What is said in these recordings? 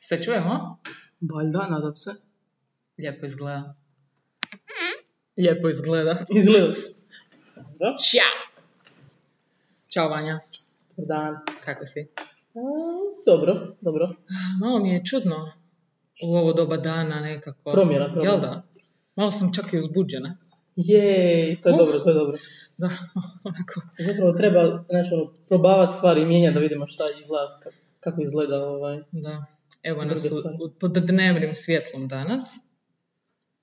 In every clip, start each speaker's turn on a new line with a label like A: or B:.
A: Se čujemo?
B: Valjda, nadam se.
A: Lijepo izgleda. Lijepo izgleda.
B: Izgleda. Dobro.
A: Ćao! Ćao Vanja,
B: Dobar Dan.
A: kako si?
B: A, dobro, dobro.
A: Malo mi je čudno u ovo doba dana nekako.
B: Promjena, promjena.
A: Jel da? Malo sam čak i uzbuđena.
B: Jej, to je
A: Uh.
B: dobro, to je dobro.
A: Da, onako.
B: Zapravo treba, znači, ono, probavati stvari i mijenjati da vidimo šta izgleda, ka- kako izgleda ovaj.
A: Da. Evo nas
B: Druge
A: u-
B: stvari.
A: u- pod dnevnim svjetlom danas.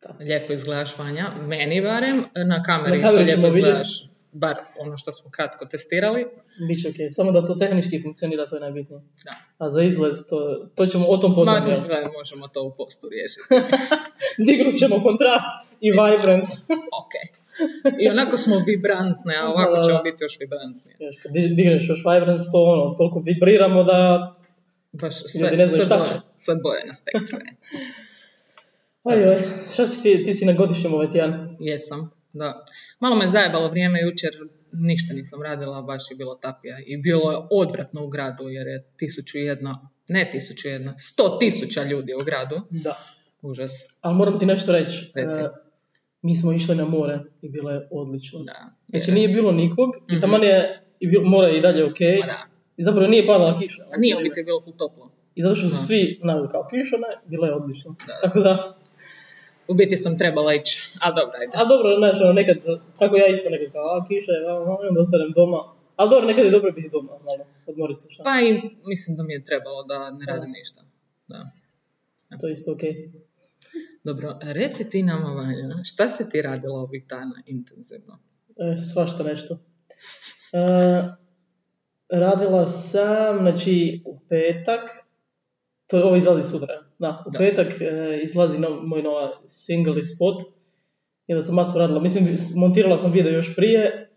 B: Da.
A: Lijepo izgledaš Vanja, meni barem. Na kameri,
B: Na kameri
A: isto
B: ćemo
A: lijepo
B: vidjeti.
A: izgledaš. Bar ono što smo kratko testirali.
B: Biće okej, samo da to tehnički funkcionira, to je najbitnije.
A: Da.
B: A za izgled, to, to ćemo o tom potom,
A: Ma,
B: jel?
A: gledaj, možemo to u postu riješiti.
B: Dignut ćemo kontrast i vibrance.
A: ok. I onako smo vibrantne, a ovako ćemo biti još vibrantnije.
B: Još kad di- digneš još vibrance, to ono, toliko vibriramo da...
A: Baš
B: Ljudi
A: sve,
B: ne znaju
A: sve,
B: šta
A: boje,
B: će.
A: sve boje na spektru. je.
B: Aj, aj, šta si ti, ti si na godišnjem ovaj tjedan?
A: Jesam, da. Malo me zajebalo vrijeme jučer, ništa nisam radila, baš je bilo tapija. I bilo je odvratno u gradu, jer je tisuću i jedna, ne tisuću i jedna, sto tisuća ljudi u gradu.
B: Da.
A: Užas,
B: Ali moram ti nešto reći.
A: Reci.
B: E, mi smo išli na more i bilo je odlično.
A: da.
B: Znači nije bilo nikog
A: Mhm.
B: i tamo je i bil, more je i dalje ok.
A: Pa da.
B: I zapravo nije padala kiša.
A: Pa Nije u biti bilo ful toplo.
B: I zato što su
A: Da.
B: svi navili kao kiša, ne, bilo je odlično.
A: Da.
B: Tako da,
A: U biti sam trebala ići, ali dobro, ajde.
B: a dobro, znaš, ono, nekad, kako ja isto nekad kao, a kiša je, a, a, i onda ostanem doma. Ali dobro, nekad je dobro biti doma, malo, odmorit se šta.
A: Pa i mislim da mi je trebalo da ne radim ništa. Da.
B: To je isto ok.
A: Dobro, reci ti nama, Vanja, šta si ti radila ovih dana intenzivno?
B: E, svašta nešto. E, radila sam, znači, u petak, to ovo izlazi sutra, da, u
A: Da.
B: petak e, izlazi nov, moj nova single i spot, i da sam masu radila, mislim, montirala sam video još prije,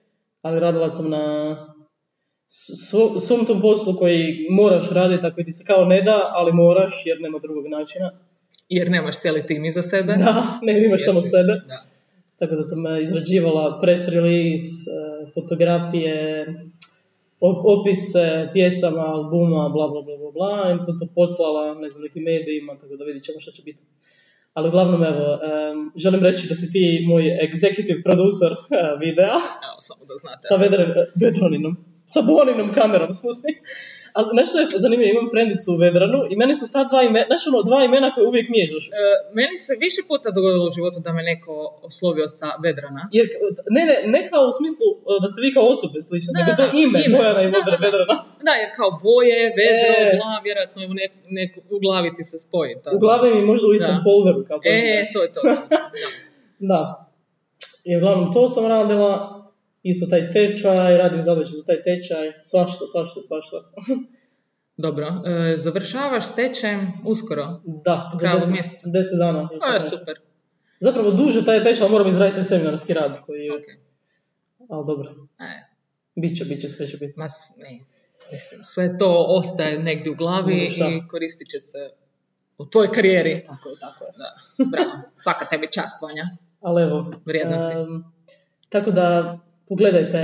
B: ali radila sam na s- svo- svom tom poslu koji moraš raditi, ako ti se kao ne da, ali moraš, jer nema drugog načina.
A: Jer nemaš cijeli tim iza sebe.
B: Da, ne imaš samo
A: Jesi.
B: sebe.
A: Da.
B: Tako da sam e, izrađivala press release, e, fotografije, op- opise pjesama, albuma, bla bla bla bla bla, i sam to poslala, ne znam, nekim medijima, tako da vidit ćemo šta će biti. Ali uglavnom, evo, em, želim reći da si ti moj executive producer e, videa
A: Evo, samo da znate.
B: sa Vedre, Vedraninom, sa Boninom kamerom spusti. Ali nešto je zanimljivo, imam frendicu u Vedranu i meni su ta dva imena, znaš ono, dva imena koje uvijek miješaš.
A: E, meni se više puta dogodilo u životu da me neko oslovio sa Vedrana.
B: Jer, ne, ne, ne kao u smislu uh, da ste vi kao osobe slične,
A: Da,
B: nego to
A: da,
B: je ime,
A: ime.
B: Bojana i
A: Da,
B: Vedra,
A: da, da.
B: Vedrana.
A: Da, jer kao boje, vedro,
B: E.
A: bla, vjerojatno je u, nek, nek- u glavi ti se spoji. tako.
B: U glavi mi možda u istom
A: Da.
B: folderu. Kao
A: E,
B: pojedine.
A: to je to. Da.
B: Da. I uglavnom to sam radila, isto taj tečaj, radim zadaće za taj tečaj, svašta, svašta, svašta.
A: Dobro, e, završavaš s tečajem uskoro.
B: Da, za
A: Krajem
B: deset-
A: mjeseca.
B: deset dana.
A: To je super.
B: Zapravo duže taj tečaj, ali moram izraditi taj seminarski rad koji je,
A: Ok.
B: ali dobro,
A: E,
B: biće, biće, sve će biti.
A: ma s- ne, mislim, sve to ostaje negdje u glavi
B: Dobro, šta?
A: i koristit će se u tvojoj karijeri.
B: Tako je, tako je.
A: Da, bravo. Svaka tebi čast, Vanja.
B: Ali evo,
A: Vrijedna si.
B: em, tako da pogledajte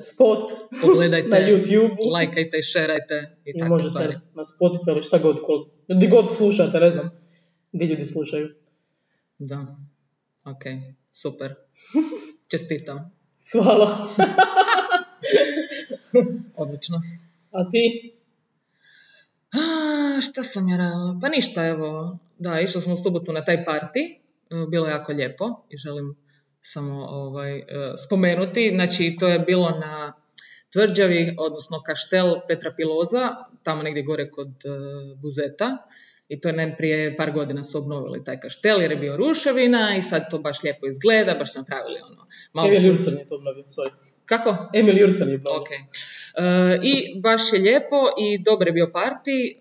B: spot
A: Pogledajte,
B: na YouTube.
A: lajkajte i šerajte i,
B: I
A: takve
B: možete
A: stvari.
B: na Spotify ili šta god, kol- gdje god slušate, ne znam, gdje ljudi slušaju.
A: Da. Ok, super. Čestitam.
B: Hvala.
A: Odlično.
B: A ti?
A: A, šta sam ja radila? Pa ništa, evo. Da, išli smo u subotu na taj parti. E, Bilo je jako lijepo i želim samo ovaj, e, spomenuti. Znači, to je bilo na tvrđavi, odnosno kaštel Petra Piloza, tamo negdje gore kod e, Buzeta. I to je ne, prije par godina su obnovili taj kaštel jer je bio ruševina i sad to baš lijepo izgleda, baš su napravili ono. Malo
B: Emil
A: su-
B: Jurcan je to obnovio, sorry.
A: Kako?
B: Emil Jurcan je obnovio.
A: Ok. E, I baš je lijepo i dobar je bio parti. E,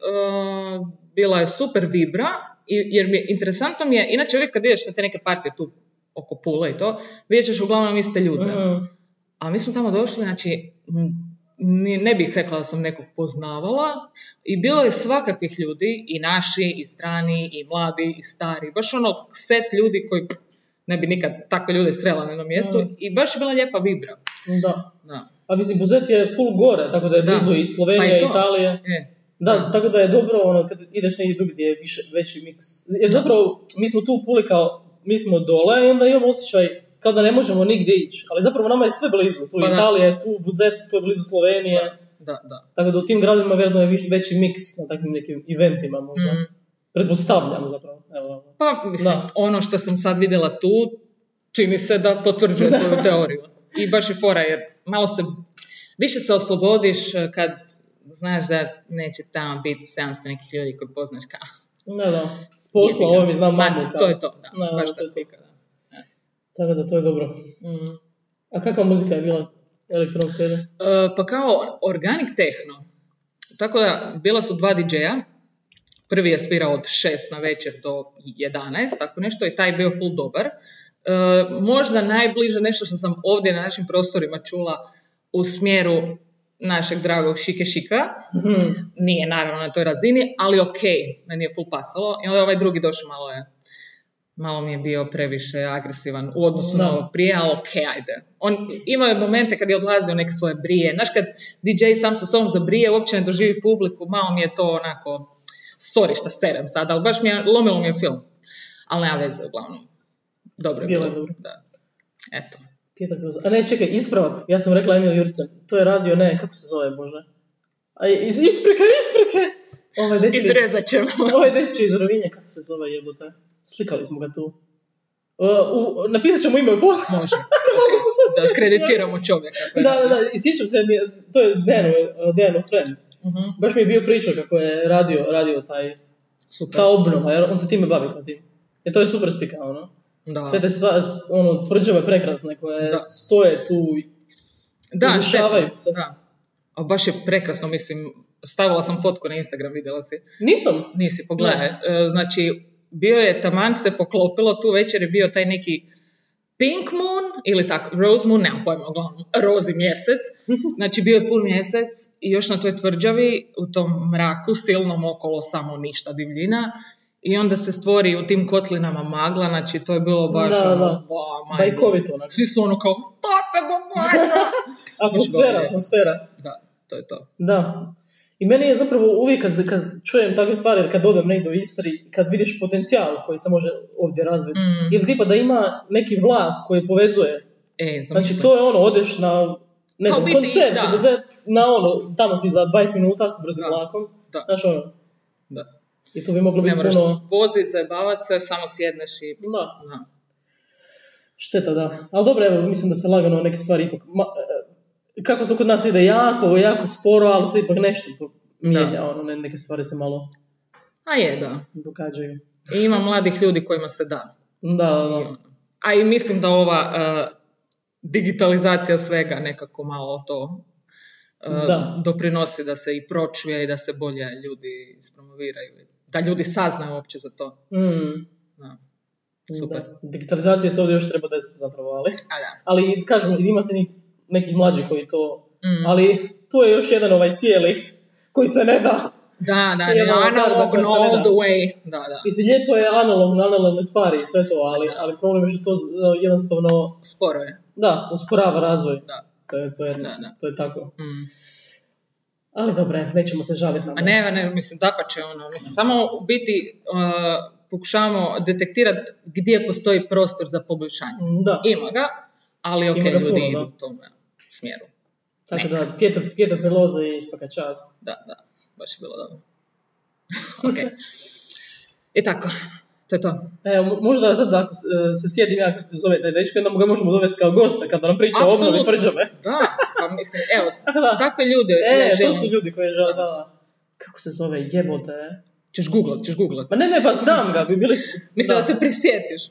A: bila je super vibra. I, jer mi je, interesantno mi je, inače uvijek kad ideš na te neke partije tu oko Pula i to, vidjet ćeš uglavnom iste ljude.
B: Mhm.
A: A mi smo tamo došli, znači, m, ni- ne bih rekla da sam nekog poznavala i bilo je svakakvih ljudi, i naši, i strani, i mladi, i stari, baš ono set ljudi koji pff, ne bi nikad takve ljude srela na jednom mjestu
B: Mm.
A: i baš je bila lijepa vibra.
B: Da.
A: Da.
B: A mislim, Buzet je full gore, tako da je
A: Da.
B: blizu i Slovenija,
A: Pa i to.
B: Italije.
A: E,
B: Da, tako da je dobro ono, kad ideš negdje drugi gdje je više, veći miks. Jer zapravo mi smo tu u Puli kao, mi smo dole i onda imamo osjećaj kao da ne možemo nigdje ići. Ali zapravo nama je sve blizu. Tu
A: Pa da.
B: Italija je tu, Buzet, tu je blizu Slovenije.
A: Da, da.
B: Tako da u tim gradovima vjerojatno je viš, veći miks na takvim nekim eventima možda.
A: Mm.
B: Pretpostavljam zapravo. Evo,
A: Pa, mislim,
B: Da.
A: ono što sam sad vidjela tu, čini se da potvrđuje tvoju teoriju. I baš je fora, jer malo se, više se oslobodiš eh, kad znaš da neće tamo biti 700 nekih ljudi koji poznaš kao...
B: da, da. S posla, ovo mi znam
A: Ma,
B: mamu.
A: To
B: kao.
A: je to, da.
B: Da, da,
A: baš
B: to
A: ta
B: je to.
A: spika, da.
B: Tako da to je dobro.
A: Mm.
B: A kakva muzika je bila elektronska? jel?
A: E, pa kao organic tehno. Tako da, bila su dva DJ-a. Prvi je svirao od 6 na večer do 11, tako nešto, i taj je bio full dobar. E, možda najbliže nešto što sam ovdje na našim prostorima čula u smjeru našeg dragog Šike Šika.
B: Mhm.
A: Nije naravno na toj razini, ali ok, meni je full pasalo. I onda je ovaj drugi došao malo je, malo mi je bio previše agresivan u odnosu
B: Da.
A: na ovog prije, ali ok, ajde. On imao je momente kad je odlazio neke svoje brije. Znaš, kad DJ sam sa sobom zabrije, uopće ne doživi publiku, malo mi je to onako, sorry šta serem sad, ali baš mi je, lomilo mi je film. Ali nema veze, uglavnom. Dobro je
B: Bilo
A: bilo.
B: je dobro.
A: Da. Eto.
B: Petar Groza. A ne, čekaj, ispravak. Ja sam rekla Emil Jurcen. To je radio, ne, kako se zove, Bože? A, iz, isprike, isprike! Ovaj dečko, iz-
A: Izrezat ćemo.
B: ovaj dečko iz Rovinja, kako se zove, jebote? Slikali smo ga tu. O, u, napisat ćemo ime pa u pol.
A: Može.
B: Da,
A: Da kreditiramo čovjeka. koji
B: Da,
A: radi.
B: da, da, i sjećam se, mi je- to je Deno, eh, Deno friend.
A: Mhm.
B: Baš mi je bio pričao kako je radio, radio taj,
A: Super.
B: ta obnova, jer on se time bavi kao tim. I to je super spika, ono.
A: Da.
B: Sve te stvari, ono, tvrđave prekrasne koje
A: Da,
B: stoje tu
A: Da,
B: Urušavaju
A: šteta,
B: se.
A: Da. A baš je prekrasno, mislim, stavila sam fotku na Instagram, vidjela si.
B: Nisam.
A: Nisi, pogledaj. E, Znači, bio je, taman se poklopilo, tu večer je bio taj neki Pink Moon ili tako, Rose Moon, nemam pojma, uglavnom, rozi mjesec. Znači, bio je pun mjesec i još na toj tvrđavi, u tom mraku, silnom okolo, samo ništa, divljina. I onda se stvori u tim kotlinama magla, znači to je bilo baš
B: Da,
A: ono,
B: da.
A: "Wow, my God."
B: Bajkovito onako.
A: Svi su ono kao, to se događa!
B: Atmosfera,
A: Mislim,
B: atmosfera.
A: da, to je to.
B: Da. I meni je zapravo uvijek kad, kad čujem takve stvari, jer kad odem negdje u Istri, kad vidiš potencijal koji se može ovdje razviti.
A: Mm.
B: Ili tipa da ima neki vlak koji povezuje.
A: E, zamisli.
B: Znači to je ono, odeš na ne
A: Kao
B: znam,
A: biti,
B: koncert,
A: da.
B: u Buzet, na ono, tamo si za 20 minuta s brzim
A: Da.
B: vlakom.
A: Da.
B: Znaš ono,
A: Da.
B: i tu bi moglo
A: Ne
B: biti
A: moraš
B: puno...
A: vozit, zajebavat se, samo sjedneš i...
B: Da.
A: Da.
B: Šteta, da. Ali dobro, evo, mislim da se lagano neke stvari ipak... Ma, e, kako to kod nas ide jako, jako sporo, ali se ipak nešto po- mijenja, ono, ne- neke stvari se malo
A: A je, da.
B: događaju.
A: I ima mladih ljudi kojima se da.
B: Da, da,
A: I
B: da.
A: ono. A i mislim da ova eh, digitalizacija svega nekako malo to eh,
B: Da.
A: doprinosi da se i pročuje i da se bolje ljudi ispromoviraju. Da ljudi saznaju uopće za to.
B: Mm,
A: Da. Super.
B: da. Digitalizacija se ovdje još treba desiti zapravo, ali...
A: A da.
B: Ali, kažem, imate ni- neki mlađi koji to...
A: Mm.
B: Ali tu je još jedan ovaj cijeli koji se ne da.
A: Da, da,
B: Ili
A: ne,
B: ono,
A: analogno,
B: da, da, da.
A: all the way. Da, da.
B: Mislim, lijepo je analogno, analogne stvari i sve to, ali, ali problem je što to z- e, jednostavno,
A: Sporo je.
B: da, usporava razvoj.
A: Da.
B: To je, to je,
A: Da, da.
B: To je tako.
A: Mm.
B: Ali dobro, nećemo se žaliti na
A: A ne, ne, mislim, dapače, ono, mislim, samo u biti uh, pokušavamo detektirati gdje postoji prostor za poboljšanje.
B: Mm, Da,
A: Ima ga, ali ok,
B: Ima ga
A: ljudi
B: puno, da.
A: idu u tom smjeru.
B: tako da, Pietro, Pietro Peloza i svaka čast.
A: Da, da, baš je bilo dobro. ok. I tako, to je to.
B: E, mo- možda sad ako s- e, se sjedim ja kako se zove taj dečko, onda ga možemo dovesti kao gosta kada nam priča o obnovi
A: Apsolutno.
B: tvrđave.
A: Da, pa mislim, evo,
B: Da.
A: takve ljude
B: E,
A: ja
B: to
A: želim.
B: su ljudi koji žele, da. Kako se zove, jebote.
A: Ćeš googlat, ćeš googlat.
B: Ma ne, ne, pa znam ga, bi bili...
A: Mislim da, se prisjetiš.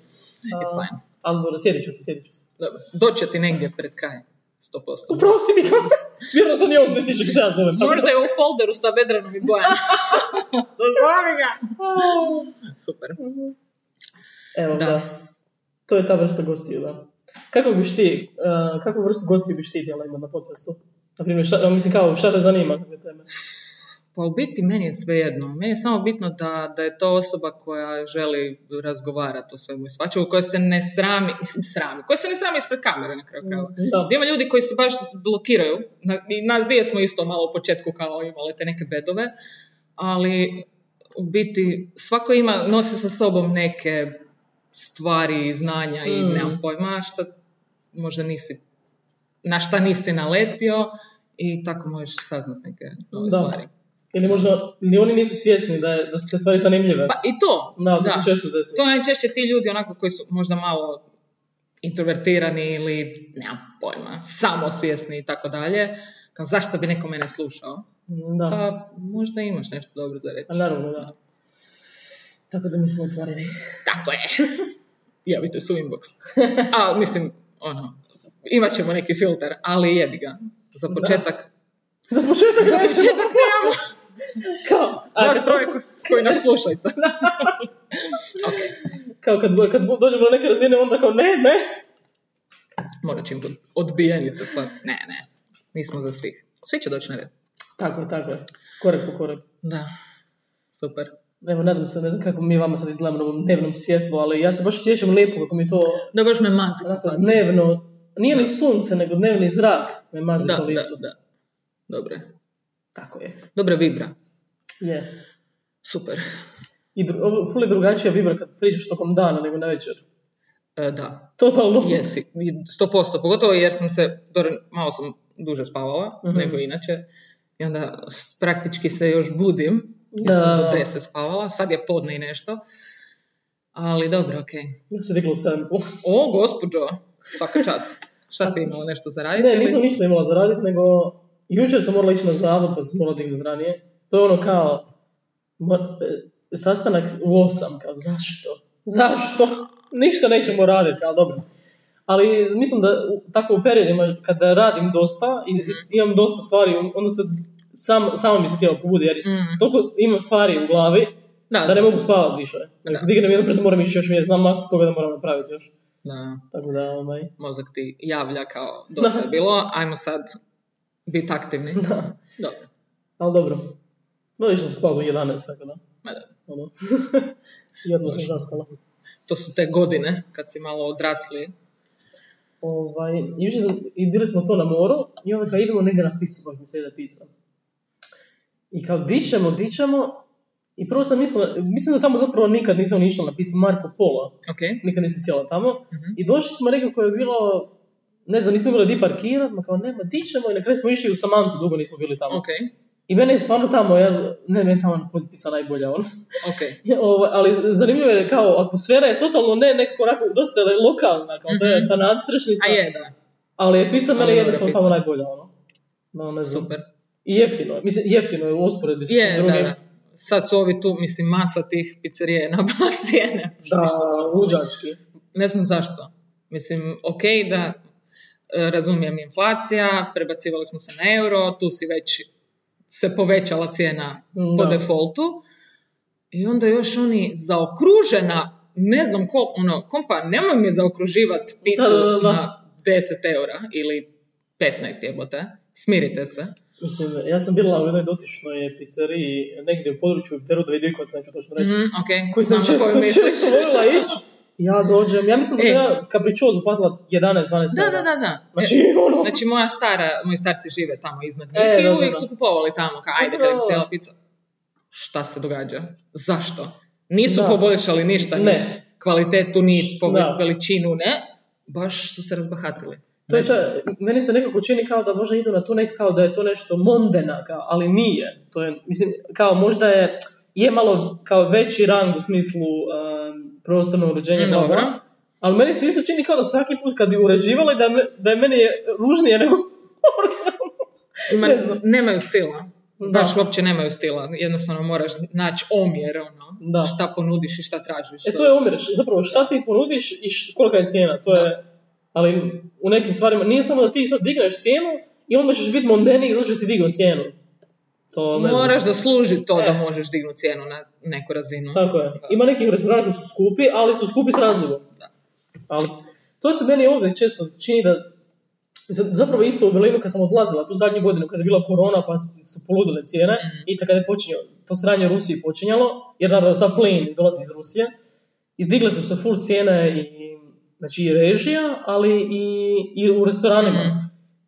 B: A.
A: It's fine.
B: Ali dobro, sjedit ću se, sjedit ću se.
A: Dobro, doće ti negdje pred kraj. 100%.
B: Oprosti mi kako... Vjerno sam i on ne sjeća kako se ja zovem. tako da-
A: Pa Možda je u folderu sa Vedranom i Bojanom. Dozvoli ga! Super.
B: Evo, da.
A: Da.
B: To je ta vrsta gostiju, da. Kako biš ti, uh, kakvu vrstu gostiju biš ti htjela imati na podcastu? Naprimjer, šta, mislim kao, šta te zanima kakve teme?
A: Pa u biti meni je svejedno. Meni je samo bitno da, da je to osoba koja želi razgovarati o svemu i svačemu, koja se ne srami, mislim srami, koja se ne srami ispred kamere na kraju krajeva.
B: Da.
A: Ima ljudi koji se baš blokiraju. Na- I nas dvije smo isto malo u početku kao imale te neke bedove. ali u biti svako ima, nosi sa sobom neke stvari, znanja i
B: Mm.
A: nemam pojma šta možda nisi, na šta nisi naletio i tako možeš saznat neke nove
B: Da.
A: stvari.
B: Ili možda ni oni nisu svjesni da, je, da su te stvari zanimljive.
A: Pa i to,
B: da, to se često desi.
A: to najčešće ti ljudi onako koji su možda malo introvertirani ili nemam pojma, samosvjesni i tako dalje. Kao zašto bi neko mene slušao?
B: Da,
A: Pa možda imaš nešto dobro za reći.
B: a Pa naravno da. Tako da mi smo otvoreni.
A: Tako je. Javite se u inbox. A, mislim, ono, imat ćemo neki filter, ali jebi ga. Za početak.
B: Za početak
A: Za
B: nećemo.
A: početak nemamo
B: Kao, a
A: vas
B: kad-
A: troje ko- koji nas slušajte.
B: kao kad, do- kad dođemo do neke razine, onda kao ne, ne.
A: Morat ću im pod- odbijenice slati. Ne, ne. Nismo za svih. Svi će doći na red.
B: Tako je, tako je. Korak po korak.
A: Da. Super.
B: Evo, nadam se, ne znam kako mi vama sad izgledamo na ovom dnevnom svjetlu, ali ja se baš sjećam lijepo kako mi to
A: Da baš me mazi po
B: onako,
A: faci.
B: dnevno, nije ni sunce, nego dnevni zrak me mazi
A: Da,
B: po
A: da,
B: licu.
A: da. Dobro je.
B: Tako je.
A: Dobra vibra.
B: Je.
A: Super.
B: I dru- ovo, ful je drugačija vibra kad pričaš tokom dana nego navečer.
A: E, da,
B: Totalno.
A: jesi. I 100%. Pogotovo jer sam se, dobro, malo sam duže spavala
B: Mhm.
A: nego inače. I onda s- praktički se još budim. Jer
B: Da.
A: sam do 10 spavala. Sad je podne i nešto. Ali dobro, okej.
B: Ja se digla u sedam. i pol.
A: O, gospođo, svaka čast. Šta si imala nešto za raditi?
B: Ne,
A: ili?
B: nisam ništa imala za radit, nego jučer sam morala ići na zavod, pa sam morala dignut ranije. To je ono kao, ma- e, sastanak u osam, kao zašto? Zašto? Ništa nećemo raditi, ali dobro. Ali mislim da u- tako u periodima kada radim dosta i i imam dosta stvari, onda se sam, samo mi se tijelo pobudi, jer
A: Mm.
B: toliko imam stvari u glavi
A: Da,
B: Mhm. da ne mogu spavati više.
A: Da.
B: Da. Se dignem jedno prezo moram ići još vidjeti, znam masu toga da moram napraviti još.
A: Da.
B: Tako da, ovaj,
A: mozak ti javlja kao dosta je bilo, ajmo sad biti aktivni.
B: da.
A: Dobro,
B: Ali dobro. No, išla sam spala do 11, tako da.
A: ma da,
B: Ono. I odmah sam zaspala.
A: to su te godine kad si malo odrasli.
B: Ovaj, jučer sam, i bili smo to na moru i onda kao idemo negdje na pisu pa mi se jede pizza. I kao dičemo, dičemo i prvo sam mislila, mislim da tamo zapravo nikad nisam ni išla na pisu Marko Polo,
A: Ok,
B: nikad nisam sjela tamo.
A: Mhm.
B: I došli smo negdje koje je bilo, ne znam, nismo bili di parkirat, ma kao nema, dičemo i na kraju smo išli u Samantu, dugo nismo bili tamo.
A: ok,
B: I mene je stvarno tamo, ja, z- ne, meni je tamo pizza najbolja, ono.
A: ok.
B: Ovo, ali zanimljivo je kao atmosfera je totalno ne nekako onako dosta je lokalna, kao to je
A: Mhm.
B: ta nadstrešnica,
A: A je, da,
B: ali je pizza
A: Ali
B: meni
A: dobra
B: jednostavno tamo
A: pizza.
B: najbolja ono. No, ne znam.
A: super.
B: I jeftino je, mislim jeftino je u usporedbi sa svim
A: Je, da,
B: drugim.
A: da. Sad su ovi tu, mislim, masa tih pizzerije na cijene.
B: Da, luđački.
A: Ne znam zašto. Mislim, ok, da e, razumijem inflacija, prebacivali smo se na euro, tu si već se povećala cijena po
B: Da.
A: defaultu. I onda još oni zaokružena, ne znam koliko, ono, kompa, nemoj mi zaokruživati picu
B: Da, da, da, da.
A: na 10 eura ili 15 jebote. Smirite se.
B: Mislim, ja sam bila u jednoj dotičnoj pizzeriji negdje u području Peruda i Dikovac, neću točno reći.
A: Mhm, ok,
B: Koji sam
A: znam na
B: često,
A: koju misliš.
B: često volila ići. Ja dođem, ja mislim da sam
A: E.
B: ja kapričozu platila 11-12
A: Da, da, da, da. E,
B: Znači, ono,
A: Znači, moja stara, moji starci žive tamo iznad njih
B: E,
A: i
B: da, da,
A: uvijek
B: da.
A: su kupovali tamo, kao ajde, kad im
B: Upravo.
A: sjela pizza. Šta se događa? Zašto? Nisu
B: Da.
A: poboljšali ništa, ni
B: Ne.
A: kvalitetu, ni po
B: Da.
A: veličinu, ne. Baš su se razbahatili.
B: To je sad- meni se nekako čini kao da možda idu na tu nek kao da je to nešto mondena, kao, ali nije. To je, mislim, kao možda je, je malo kao veći rang u smislu um, prostorno uređenje.
A: Mm,
B: bla, bla.
A: dobro.
B: Ali meni se isto čini kao da svaki put kad bi uređivali da, me- da je meni je ružnije nego...
A: Ima-
B: Ne znam.
A: nemaju stila.
B: Da.
A: Baš uopće nemaju stila. Jednostavno moraš naći omjer, ono,
B: Da.
A: šta ponudiš i šta tražiš.
B: E to je umreš, zapravo šta ti ponudiš i š- kolika je cijena, to je... Ali u nekim stvarima, nije samo da ti sad digneš cijenu i onda ćeš biti mondeniji zato što si digao cijenu. To ne znam.
A: Ono, Moraš zaslužiti to da
B: E.
A: možeš dignuti cijenu na neku razinu.
B: Tako je. Ima nekih restorana koji su skupi, ali su skupi s razlogom. Ali to se meni ovdje često čini da mislim, zapravo isto u Berlinu kad sam odlazila tu zadnju godinu kada je bila korona pa s- su poludile cijene i tako kada je počinjalo, to sranje u Rusiji počinjalo, jer naravno sad plin dolazi iz Rusije i digle su se full cijene i znači i režija, ali i, i u restoranima.
A: Mhm.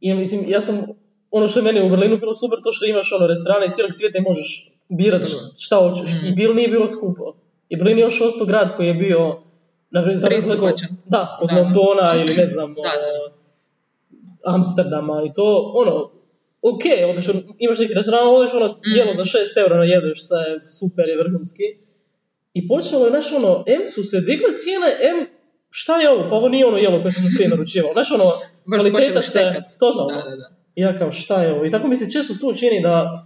B: I mislim, ja sam, ono što je meni u Berlinu bilo super, to što imaš ono restorane iz cijelog svijeta i možeš birat
A: Sigurno. Mm.
B: šta hoćeš. I Berlin nije bilo skupo. I Berlin je još ostao grad koji je bio na primjer, za razliku-
A: Pristupačan.
B: Da, od
A: Da.
B: Londona ili ne znam, ono,
A: Da, da.
B: Amsterdama i to, ono, ok, odeš, imaš neki restoran, odeš ono
A: Mm.
B: jelo za 6 eura najedeš se, super je vrhunski. I počelo je, znaš, ono, M su se digle cijene, M, šta je ovo, pa ovo nije ono jelo koje sam prije naručivao, znaš, ono,
A: Baš su
B: kvaliteta
A: počeli
B: se,
A: štekat.
B: totalno.
A: Da, da, da.
B: I ja kao šta je ovo? I tako mi se često tu čini da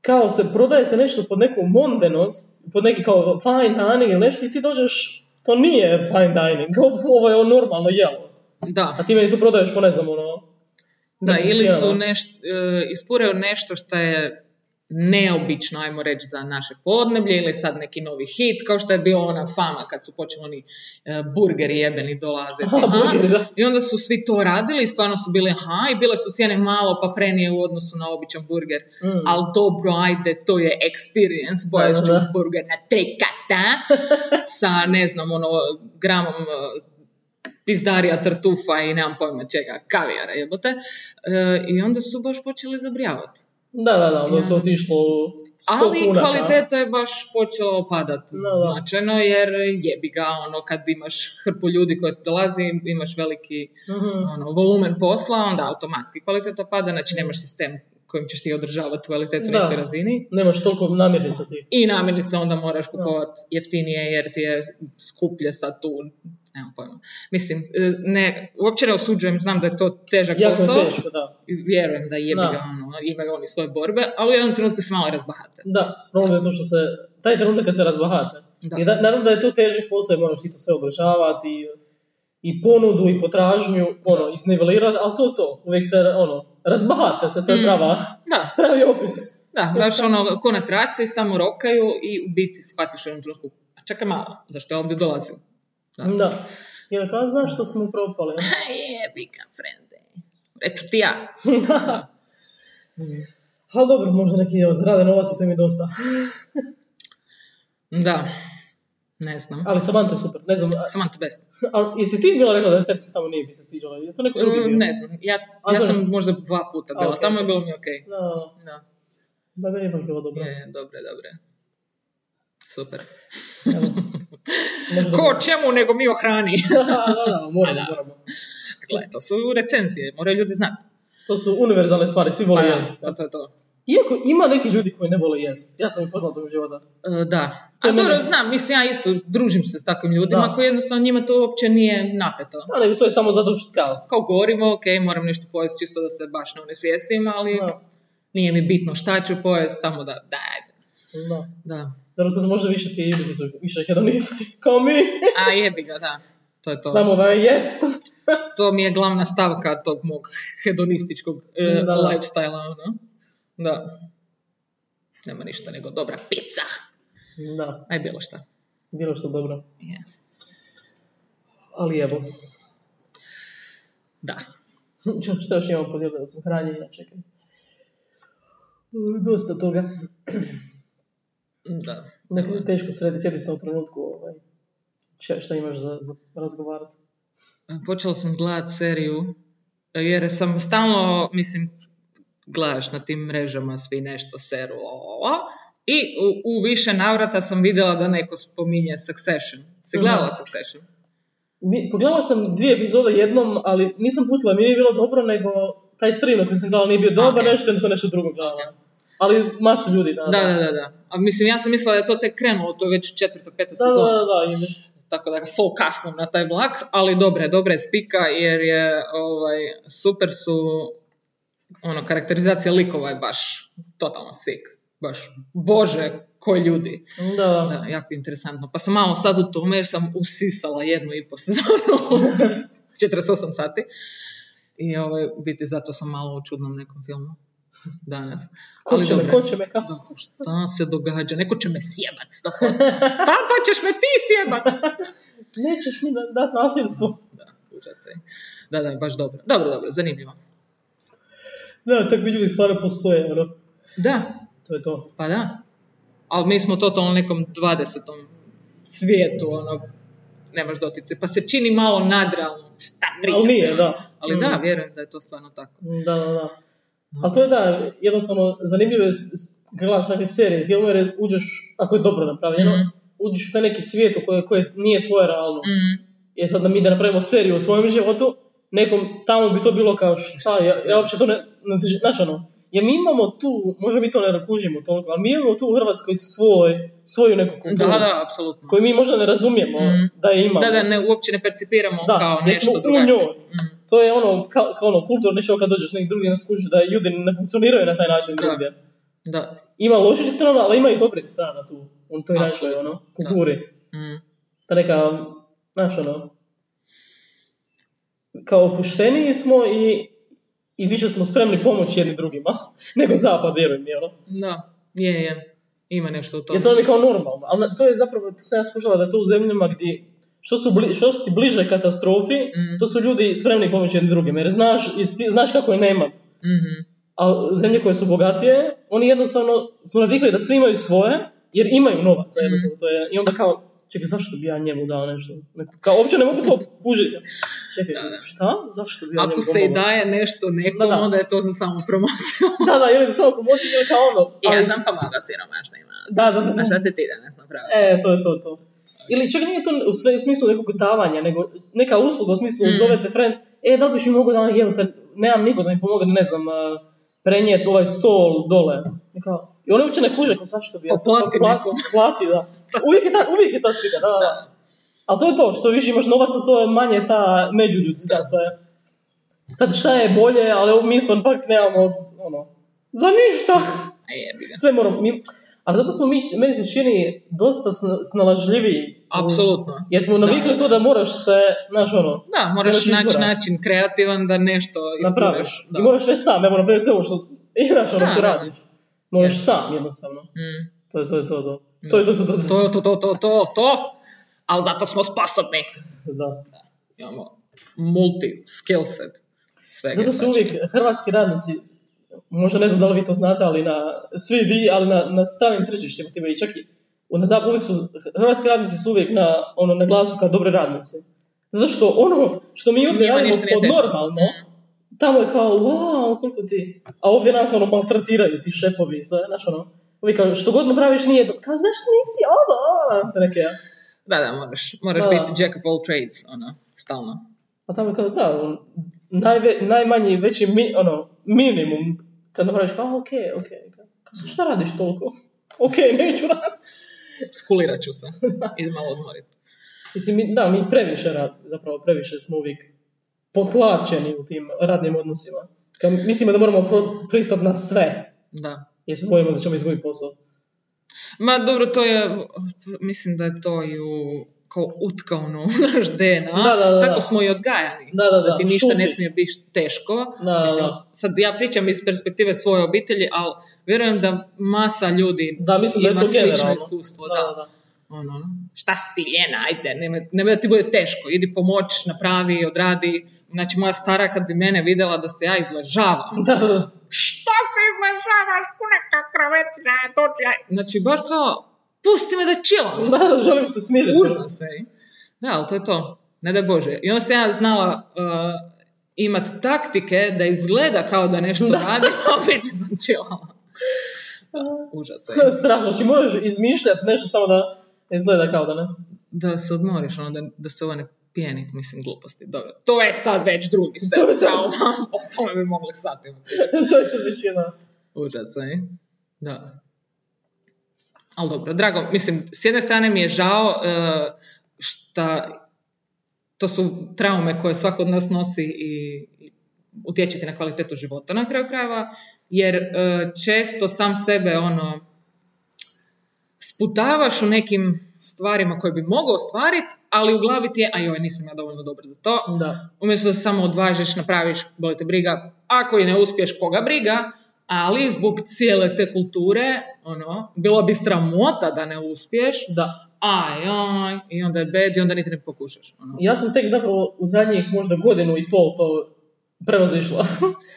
B: kao se prodaje se nešto pod neku mondenost, pod neki kao fine dining ili nešto i ti dođeš, to nije fine dining, ovo- ovo je ono normalno jelo.
A: Da.
B: A ti meni tu prodaješ po ne znam ono,
A: Da,
B: Nekim
A: ili su
B: cijenama.
A: nešto, ispureo nešto što je neobično, ajmo reći, za naše podneblje ili sad neki novi hit, kao što je bio ona fama kad su počeli oni e, burgeri jebeni dolaze.
B: aha, burgeri, da.
A: I onda su svi to radili i stvarno su bile aha i bile su cijene malo pa prenije u odnosu na običan burger.
B: Mm.
A: Ali dobro, ajde, to je experience, bojaš
B: Da,
A: ću
B: da, da.
A: burger na tri kata sa, ne znam, ono, gramom eh, pizdarija, tartufa i nemam pojma čega, kavijara, jebote. E, I onda su baš počeli zabrijavati.
B: Da, da, da, onda je to
A: Ja.
B: otišlo u 100
A: Ali
B: kuna, da.
A: kvaliteta je baš počela opadati
B: Da, da.
A: značajno, jer jebi ga, ono, kad imaš hrpu ljudi koji ti dolazi, imaš veliki
B: Mhm.
A: ono, volumen posla, onda automatski kvaliteta pada, znači nemaš sistem kojim ćeš ti održavati kvalitetu na
B: Da.
A: istoj razini.
B: Nemaš toliko namirnica ti.
A: I namirnice onda moraš kupovati jeftinije jer ti je skuplje sad tu, nemam pojma. Mislim, e, ne, uopće ne osuđujem, znam da je to težak
B: Jako
A: posao.
B: je teško, da.
A: i Vjerujem da jebi
B: Da.
A: ga, ono, imaju oni svoje borbe, ali u jednom trenutku se malo razbahate.
B: Da, problem je to što se, taj trenutak kad se razvahate.
A: Da.
B: I da, naravno da je to težak posao, jer moraš ti to sve održavati i, i ponudu i potražnju, ono, iznivelirati, ali to je to. Uvijek se, ono, razbahate se, to je
A: Mm.
B: prava,
A: Da,
B: pravi opis.
A: da, baš ono, ko na traci, samo rokaju i u biti shvatiš u jednom trenutku, a čekaj malo, zašto ja ovdje dolazim? Da.
B: Da. I onda kao, znaš što smo propali?
A: Ha, jebi ga, frende. Eto ti ja.
B: Ali dobro, možda neki evo, zarade novac i to mi je dosta.
A: Da, ne znam.
B: Ali Samantha je super, ne znam. a-
A: Samantha Best.
B: A, jesi ti bila rekla da tebi se tamo nije bi se sviđala? Je to neko drugi
A: E,
B: bio?
A: Ne znam, ja,
B: A,
A: ja
B: dobro.
A: sam možda dva puta
B: A,
A: bila,
B: ok,
A: tamo je
B: ok.
A: bilo mi ok.
B: Da,
A: Da,
B: da meni je ipak bilo dobro.
A: je, je, dobre, dobre. Super.
B: Evo. Možda
A: Ko o čemu nego mi o hrani?
B: da, da, da, moramo, moramo.
A: Gle, to su recenzije, moraju ljudi znati.
B: To su univerzalne stvari, svi vole
A: Pa,
B: jesti.
A: pa to je to.
B: Iako ima neki ljudi koji ne vole jesti. Ja sam ih poznala tog života.
A: E, Da.
B: To
A: A
B: je
A: dobro,
B: meni-
A: znam, mislim, ja isto družim se s takvim ljudima
B: Da.
A: koji jednostavno njima to uopće nije napeto.
B: Da, nego to je samo zato što kao.
A: Kao gorivo, ok, moram nešto pojesti čisto da se baš ne onesvijestim, ali
B: Da.
A: nije mi bitno šta ću pojesti, samo da, da,
B: Da.
A: da.
B: Dobro, to su možda više ti ljudi koji su više hedonisti. Kao mi.
A: A jebi ga, da. To je to.
B: Samo da je jest.
A: To mi je glavna stavka tog mog hedonističkog e,
B: Da.
A: lifestyle-a, ono. Da. Nema ništa nego dobra pizza.
B: Da,
A: Aj bilo šta.
B: bilo što dobro.
A: Je.
B: Ali evo.
A: Da.
B: Što još imamo podijeliti od hranjenja? Čekaj. Dosta toga.
A: Da.
B: Neko je teško sredi, sjedi se u trenutku ovaj, šta, šta imaš za, za razgovarati.
A: E, Počela sam gledat seriju e, jer sam stalno, mislim, gledaš na tim mrežama svi nešto seru, o, o, o. i u, u više navrata sam vidjela da neko spominje Succession. Se gledala
B: Mhm.
A: Succession?
B: Mi, pogledala sam dvije epizode jednom, ali nisam pustila, mi nije bilo dobro, nego taj stream na kojem sam gledala nije bio dobar,
A: Ok.
B: nešto, nego sam nešto drugo gledala. Ali masu ljudi, da.
A: Da, da, da, da. A mislim, ja sam mislila da je to tek krenulo, to je već četvrta, peta
B: Da, da,
A: sezona.
B: da, da, i već-
A: tako da full kasnim na taj vlak, ali dobre, dobre je spika jer je ovaj, super su ono, karakterizacija likova je baš totalno sick. Baš, bože, koji ljudi.
B: da, da.
A: Da, jako interesantno. Pa sam malo sad u tome jer sam usisala jednu i po sezonu. 48 sati. I ovaj, u biti zato sam malo u čudnom nekom filmu danas.
B: Ko
A: Ali
B: će me,
A: dobro.
B: ko će me, kako?
A: Da, šta se događa? Neko će me sjebat sto posto. Tata ćeš me ti sjebat!
B: Nećeš mi da- dat nasljedstvo.
A: Da, užas je. Da, da, baš dobro. Dobro, dobro, zanimljivo.
B: Da, takvi ljudi stvarno postoje, ono.
A: Da,
B: To je to.
A: pa da. Ali mi smo totalno u nekom 20. svijetu, ono, nemaš dotice. Pa se čini malo nadrealno. Šta pričam? ono?
B: Ali nije, da. Mm.
A: Ali da, vjerujem da je to stvarno tako.
B: Da, da, da. Ali to je da, jednostavno, zanimljivo je, s- s- kad gledaš neke serije, filmove, jer uđeš, ako je dobro napravljeno,
A: Mhm.
B: uđeš u taj neki svijet u koje, koje nije tvoja realnost.
A: Mm,
B: Jer sad da mi da napravimo seriju o svojem životu, nekom tamo bi to bilo kao šta, ja, ja uopće to ne, ne drži- znaš ono, jer mi imamo tu, možda mi to ne rakužimo toliko, ali mi imamo tu u Hrvatskoj svoj, svoju neku kulturu,
A: da, da, apsolutno.
B: koju mi možda ne razumijemo
A: Mhm.
B: da je imamo.
A: Da, da, ne, uopće ne percipiramo
B: Da,
A: kao
B: jer
A: nešto
B: smo u
A: drugačije.
B: njoj.
A: Mm,
B: To je ono, kao, kao ono, kulturno nešto kad dođeš negdje drugdje i skužiš da ljudi ne funkcioniraju na taj način
A: Da.
B: drugdje.
A: da.
B: Ima loših strana, ali ima i dobrih strana tu, u toj našoj
A: Apsolutno.
B: ono, kulturi.
A: Mm.
B: Ta Pa neka, znaš ono, kao opušteniji smo i, i više smo spremni pomoći jedni drugima nego zapad, vjerujem, jel?
A: Da, je, je. Ima nešto u tome.
B: Jer to nam je kao normalno. Ali na- to je zapravo, to sam ja skušala da je to u zemljama gdje što su, bli, što su ti bliže katastrofi,
A: Mm.
B: to su ljudi spremni pomoći jedni drugima. Jer znaš, jer ti znaš kako je nemat.
A: Mhm,
B: A zemlje koje su bogatije, oni jednostavno su navikli da svi imaju svoje, jer imaju novaca,
A: Mm.
B: jednostavno to je. I onda kao, čekaj, zašto bi ja njemu dao nešto? Neku- Kao, uopće ne mogu to kužiti. Čekaj, šta? Zašto bi ja njemu
A: Ako se i
B: pomogao?
A: daje nešto nekom,
B: Da, da.
A: onda je to za samo promociju.
B: Da, da, ili za samo promociju, ili kao ono. ali-
A: sam pomogao siromašnima.
B: Da, da, da. da.
A: si ti danas napravila?
B: E, to je to, to. Ili čak nije to u sve- smislu nekog davanja, nego neka usluga u smislu
A: Mm.
B: zove te friend, e, da li biš mi mogao da evo te, nemam nikog da mi pomogne, ne znam, eh, prenijeti ovaj stol dole. I kao- I oni uopće ne kuže, kao zašto bi ja to-
A: Poplati
B: pa, pla-
A: nekom.
B: Plati, da. Uvijek je ta, uvijek je ta slika, da, da. Ali to je to, što više imaš novaca, to je manje ta međuljudska sve. Sad šta je bolje, ali ovo mi isto ipak nemamo, ono, za ništa.
A: A jebi ga.
B: Sve moramo, mi, ali zato smo mi, meni se čini, dosta sna- snalažljiviji.
A: Apsolutno.
B: Jer smo navikli
A: Da.
B: to da moraš se, znaš ono,
A: Da, moraš
B: Moraš
A: naći
B: izbora.
A: način kreativan da nešto
B: napraviš.
A: ispuniš. Da.
B: I moraš sve sam, evo napravi sve ovo što, i znaš ono
A: Da,
B: što
A: da, da.
B: radiš. Moraš
A: Jest.
B: sam jednostavno.
A: Mm.
B: To je to, je to, to. To je to, to, to, to.
A: To, to, to, to, to, to. Ali zato smo sposobni.
B: Da.
A: Imamo multi skill set. Svega znači. i
B: Zato su
A: svačega.
B: uvijek hrvatski radnici, možda ne znam da li vi to znate, ali na, svi vi, ali na, na stranim tržištima time i čak i u- na zapadu uvijek su, hrvatski radnici su uvijek na, ono, na glasu kao dobre radnice. Zato što ono što mi ovdje
A: Njima
B: radimo
A: ništa nije
B: pod
A: teško.
B: normalno, tamo je kao, wow, koliko ti... A ovdje nas ono maltretiraju ti šefovi, i sve, znaš ono, uvijek kao, što god napraviš nije, do- kao, znaš, nisi ovo, ovo, neke, ja.
A: Da, da, moraš, moraš
B: Da.
A: biti jack of all trades, ono, stalno.
B: A tamo je kao, da, on, najve, najmanji, veći, mi, ono, minimum, kad napraviš kao, ok, ok, kao, šta radiš toliko? Ok, neću raditi.
A: Skulirat ću se. Idem malo odmorit.
B: Mislim, mi, da, mi previše rad, zapravo previše smo uvijek potlačeni u tim radnim odnosima. Kao, mislimo da moramo pro, pristati na sve,
A: Da.
B: jer se bojimo da ćemo izgubiti posao.
A: Ma dobro, to je, mislim da je to i u, kao utkano u naš DNA.
B: Da, da, da, da.
A: Tako smo i odgajani.
B: Da, da, da,
A: ti ništa ne
B: šuti.
A: smije biti teško.
B: Da, da,
A: Mislim,
B: da.
A: sad ja pričam iz perspektive svoje obitelji, ali vjerujem da masa ljudi
B: Da, mislim da je
A: ima
B: to
A: slično
B: generalno.
A: iskustvo.
B: Da, da, da.
A: Ono, ono, šta si ljena, ajde, nemoj nemoj da ti bude teško, idi pomoć, napravi, odradi. Znači, moja stara kad bi mene vidjela da se ja izležavam,
B: Da, da, da.
A: što se izlažavaš, kuneka kravetina, dođi. aj. Znači, baš kao, pusti me da chillam.
B: Da, da, želim se smiriti.
A: Užasno se. Da, ali to je to. Ne daj Bože. I onda sam ja znala uh, imat taktike da izgleda kao da nešto
B: Da.
A: radim, a u biti sam chillala. Užas e. je.
B: Strašno, znači moraš izmišljati nešto samo da izgleda kao da ne.
A: Da se odmoriš, ono, da, da se ovo ne pijeni, mislim, gluposti. Dobro, to je sad već drugi set
B: To je sad-
A: trauma. O tome bi mogli satima pričati.
B: to je sad već jedna.
A: Užasno je. Da. Ali dobro, drago, mislim, s jedne strane mi je žao eh, šta to su traume koje svako od nas nosi i i utječe ti na kvalitetu života na kraju krajeva, jer eh, često sam sebe ono sputavaš u nekim stvarima koje bi mogao ostvariti, ali u glavi ti je, a joj, nisam ja dovoljno dobra za to,
B: Da.
A: Umjesto da se samo odvažiš, napraviš, boli te briga. Ako i ne uspiješ, koga briga, ali zbog cijele te kulture, ono, bilo bi sramota da ne uspiješ,
B: Da.
A: aj, aj, i onda je bed, i onda niti ne pokušaš. Ono.
B: Ja sam tek zapravo u zadnjih možda godinu i pol to prevazišla.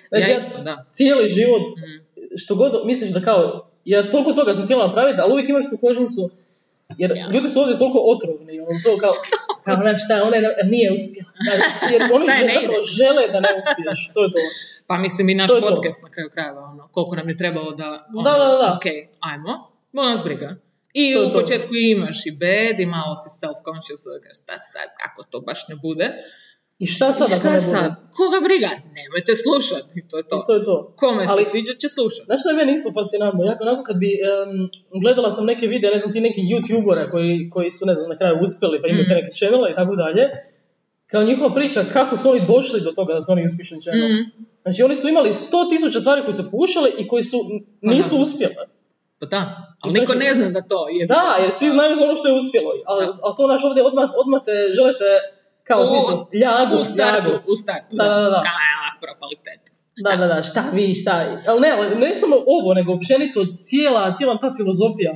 B: znači,
A: ja
B: ja,
A: isto, da.
B: cijeli život,
A: Mm.
B: što god misliš da kao, ja toliko toga sam htjela napraviti, ali uvijek imaš tu kožnicu, jer
A: Ja.
B: ljudi su ovdje toliko otrovni, ono, to kao, kao, ne, šta, ona je, nije uspjela. Da, jer oni
A: Šta je, ne
B: zapravo žele da ne uspiješ, to je to.
A: Pa mislim i naš
B: To je to.
A: podcast na kraju krajeva, ono, koliko nam je trebalo da, ono,
B: Da, da, da.
A: ok, ajmo, bol nas briga. I
B: To je
A: u
B: to.
A: početku imaš i bed i malo si self-conscious, da kažeš, šta sad, ako to baš ne bude.
B: I šta sad
A: I
B: ako
A: šta
B: ne bude?
A: sad? Koga briga? Nemojte slušati, to je
B: I
A: to.
B: to je to.
A: Kome
B: Ali-
A: se sviđa će slušati.
B: Znaš što je meni isto fascinantno? Jako onako kad bi, em, gledala sam neke videe, ne znam, ti neki youtubera koji, koji su, ne znam, na kraju uspjeli pa
A: Mm.
B: imaju te neke channele i tako dalje. Kao njihova priča kako su oni došli do toga da su oni uspješni channel.
A: Mhm.
B: Znači oni su imali sto tisuća stvari koji su pokušali i koji su, nisu uspjele.
A: Pa da, ali
B: I to
A: niko
B: će-
A: ne zna za to. Je...
B: Da, jer svi znaju za ono što je uspjelo. Ali,
A: Da.
B: ali to naš ovdje odmah, odmah te želite kao
A: U-
B: smislu, ljagu,
A: u startu,
B: ljagu.
A: u startu,
B: Da, da, da.
A: Da, propalitet.
B: Da, da, da, šta vi, šta vi. Ali ne, ali ne samo ovo, nego općenito cijela, cijela ta filozofija.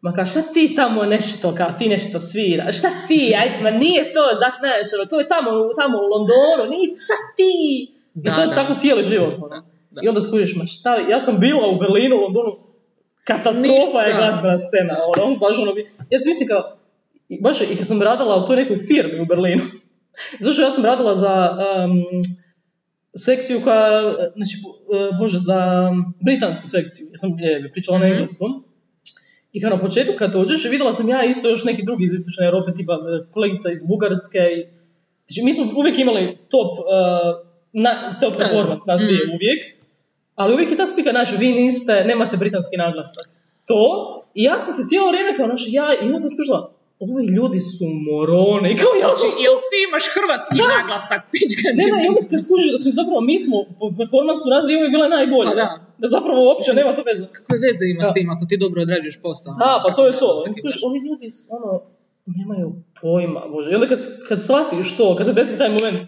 B: Ma kao, šta ti tamo nešto, kao ti nešto svira, šta ti, aj, ma nije to, zato znaš, ono, to je tamo, tamo u Londonu, ni, šta ti? I
A: Da,
B: to je
A: da.
B: tako cijeli život. ono.
A: Da, da.
B: I onda skužiš, ma šta, ja sam bila u Berlinu, u Londonu, katastrofa
A: Ništa.
B: je glazbena scena, ono, baš ono, bi- ja sam mislim kao, i baš i kad sam radila u toj nekoj firmi u Berlinu, zato što ja sam radila za um, sekciju koja, znači, bo- bože, za britansku sekciju, ja sam je, pričala
A: Mhm.
B: na engleskom, i kao na početku kad dođeš, vidjela sam ja isto još neki drugi iz Istočne Europe, tipa e, kolegica iz Bugarske. i- Znači, mi smo uvijek imali top, e, na, top
A: Da. Mm.
B: performance, nas dvije uvijek. Ali uvijek je ta spika, znaš, vi niste, nemate britanski naglasak. To, i ja sam se cijelo vrijeme kao, znaš, ja, i ja sam skušala, ovi ljudi su moroni, kao ja sam
A: Znači, Jel ti imaš hrvatski naglasak? pička ti
B: ne, ne, i
A: bi-
B: onda kad skužiš da su zapravo mi smo po performansu nas dvije uvijek bile najbolje.
A: Pa da. Znači,
B: zapravo uopće nema to veze.
A: Koje veze ima s
B: Da.
A: tim ako ti dobro odrađuješ posao?
B: Da, pa to je to.
A: Naglasak
B: Onda
A: imaš.
B: skužiš, ovi ljudi s- ono, nemaju pojma, bože. I onda kad, kad shvatiš to, kad se desi taj moment,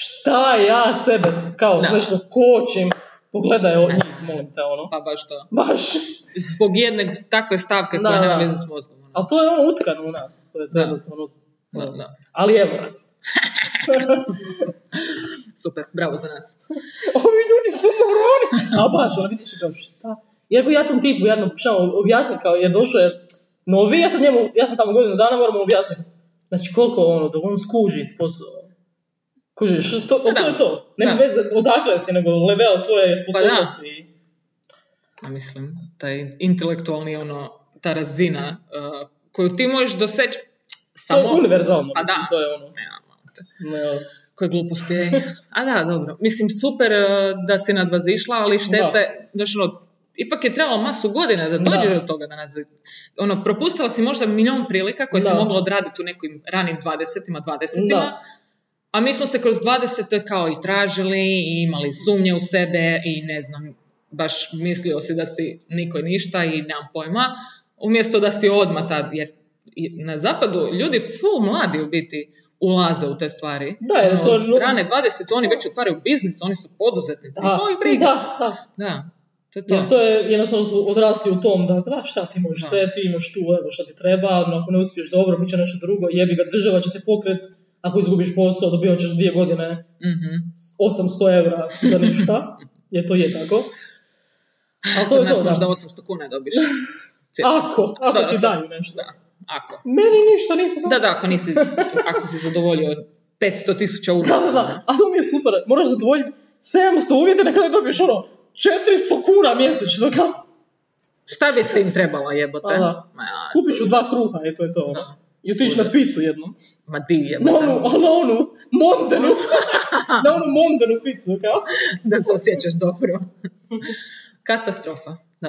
B: šta ja sebe, s- kao,
A: Da.
B: nešto kočim, pogledaj od njih, molim te, ono.
A: Pa baš to.
B: Baš.
A: Zbog jedne takve stavke koja
B: Da,
A: nema
B: da.
A: veze s mozgom. ono.
B: Ali to je ono utkano u nas. To je to
A: Da.
B: jednostavno.
A: Da, da.
B: Ali evo nas.
A: Super, bravo za nas.
B: ovi ljudi su moroni. A baš, ono vidiš i kao šta? Jer bi ja tom tipu jednom pokušavam objasniti kao, jer došao je novi, ja sam njemu, ja sam tamo godinu dana, moram mu objasniti. Znači koliko ono, da on skuži posao. Kužiš, to,
A: Pa da.
B: to je to. Nema
A: Da.
B: veze odakle si, nego level tvoje sposobnosti.
A: Pa Ja, mislim, taj intelektualni, ono, ta razina uh, koju ti možeš doseći
B: To je
A: samo...
B: univerzalno,
A: Pa
B: mislim,
A: da.
B: to je ono.
A: Nema, malo te.
B: ne,
A: koje gluposti ej. A da, dobro. Mislim, super e, da si nadvazišla, ali štete, znaš, ono, ipak je trebalo masu godina da dođe
B: Da.
A: do toga da nadvazi. Ono, propustila si možda milion prilika koje si
B: Da.
A: mogla odraditi u nekim ranim 20-ima, 20-ima.
B: Da.
A: A mi smo se kroz 20 kao i tražili i imali sumnje u sebe i ne znam, baš mislio si da si niko i ništa i nemam pojma, umjesto da si odmah tad, jer i na zapadu ljudi full mladi u biti ulaze u te stvari.
B: Da, jer
A: Ono,
B: to je-
A: Rane 20, oni već otvaraju biznis, oni su poduzetnici.
B: Da,
A: Boli briga.
B: E, da, da.
A: Da, to je to.
B: Jer to je jednostavno su odrasli u tom da, da šta ti možeš
A: Da.
B: sve, ti imaš tu, evo šta ti treba, ono, ako ne uspiješ dobro, bit će nešto drugo, jebi ga, država će te pokret, ako izgubiš posao, dobivat ćeš dvije godine
A: Mhm.
B: 800 eura za ništa, jer to je tako. Ali to
A: Kod
B: je
A: nas
B: to,
A: možda
B: da.
A: 800 kuna dobiš. Cijelo.
B: Ako, ako
A: Da,
B: ti
A: sad-
B: daju nešto.
A: Da, ako.
B: Meni ništa nisu
A: Da, da, ako, nisi, ako si zadovoljio 500 tisuća
B: Da,
A: uvjeta.
B: da, da, a to mi je super, moraš zadovoljiti 700 uvjeta, na kraju dobiješ ono 400 kuna mjesečno, kao,
A: Šta bi s tim trebala jebote?
B: Pa da.
A: Ma, ja,
B: kupit ću dva kruha, i to je to, ono.
A: Da.
B: I otići na picu jednom.
A: ma di
B: Na
A: jebote.
B: onu, a na onu mondenu, na onu mondenu picu, kao.
A: da se osjećaš dobro. Katastrofa, da.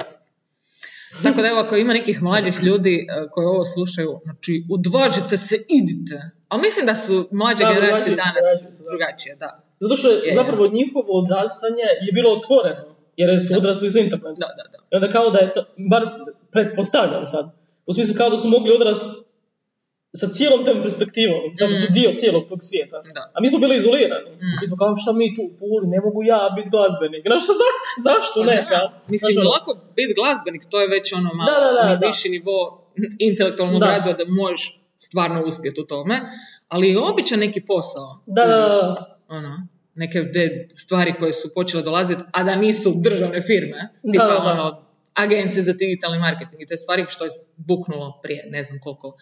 A: Tako da evo, ako ima nekih mlađih ljudi e, koji ovo slušaju, znači udvažite se, idite. Ali mislim da su mlađe
B: Da,
A: generacije
B: drugačije su,
A: danas
B: drugačije su, da.
A: drugačije, da.
B: Zato što
A: Je, je.
B: je zapravo njihovo odrastanje je bilo otvoreno, jer su odrasli uz internet.
A: Da, da, da.
B: I onda kao da je to, bar pretpostavljam sad, u smislu kao da su mogli odrast sa cijelom tom perspektivom, kao
A: Mm.
B: da su dio cijelog tog svijeta.
A: Da.
B: A mi smo bili izolirani.
A: Mm.
B: Mi smo kao, šta mi tu u Puli, ne mogu ja biti glazbenik. Znaš što, zašto ne, kao?
A: Mislim,
B: Znaš, ono,
A: lako biti glazbenik, to je već ono malo
B: Da, da, da,
A: ni
B: da.
A: viši nivo intelektualnog
B: Da.
A: razvoja da možeš stvarno uspjeti u tome, ali i običan neki posao.
B: Da, da, da,
A: kužiš,
B: da.
A: ono, neke te stvari koje su počele dolaziti, a da nisu državne firme, tipa
B: da, da.
A: ono, agencije za digitalni marketing i te stvari što je buknulo prije, ne znam koliko,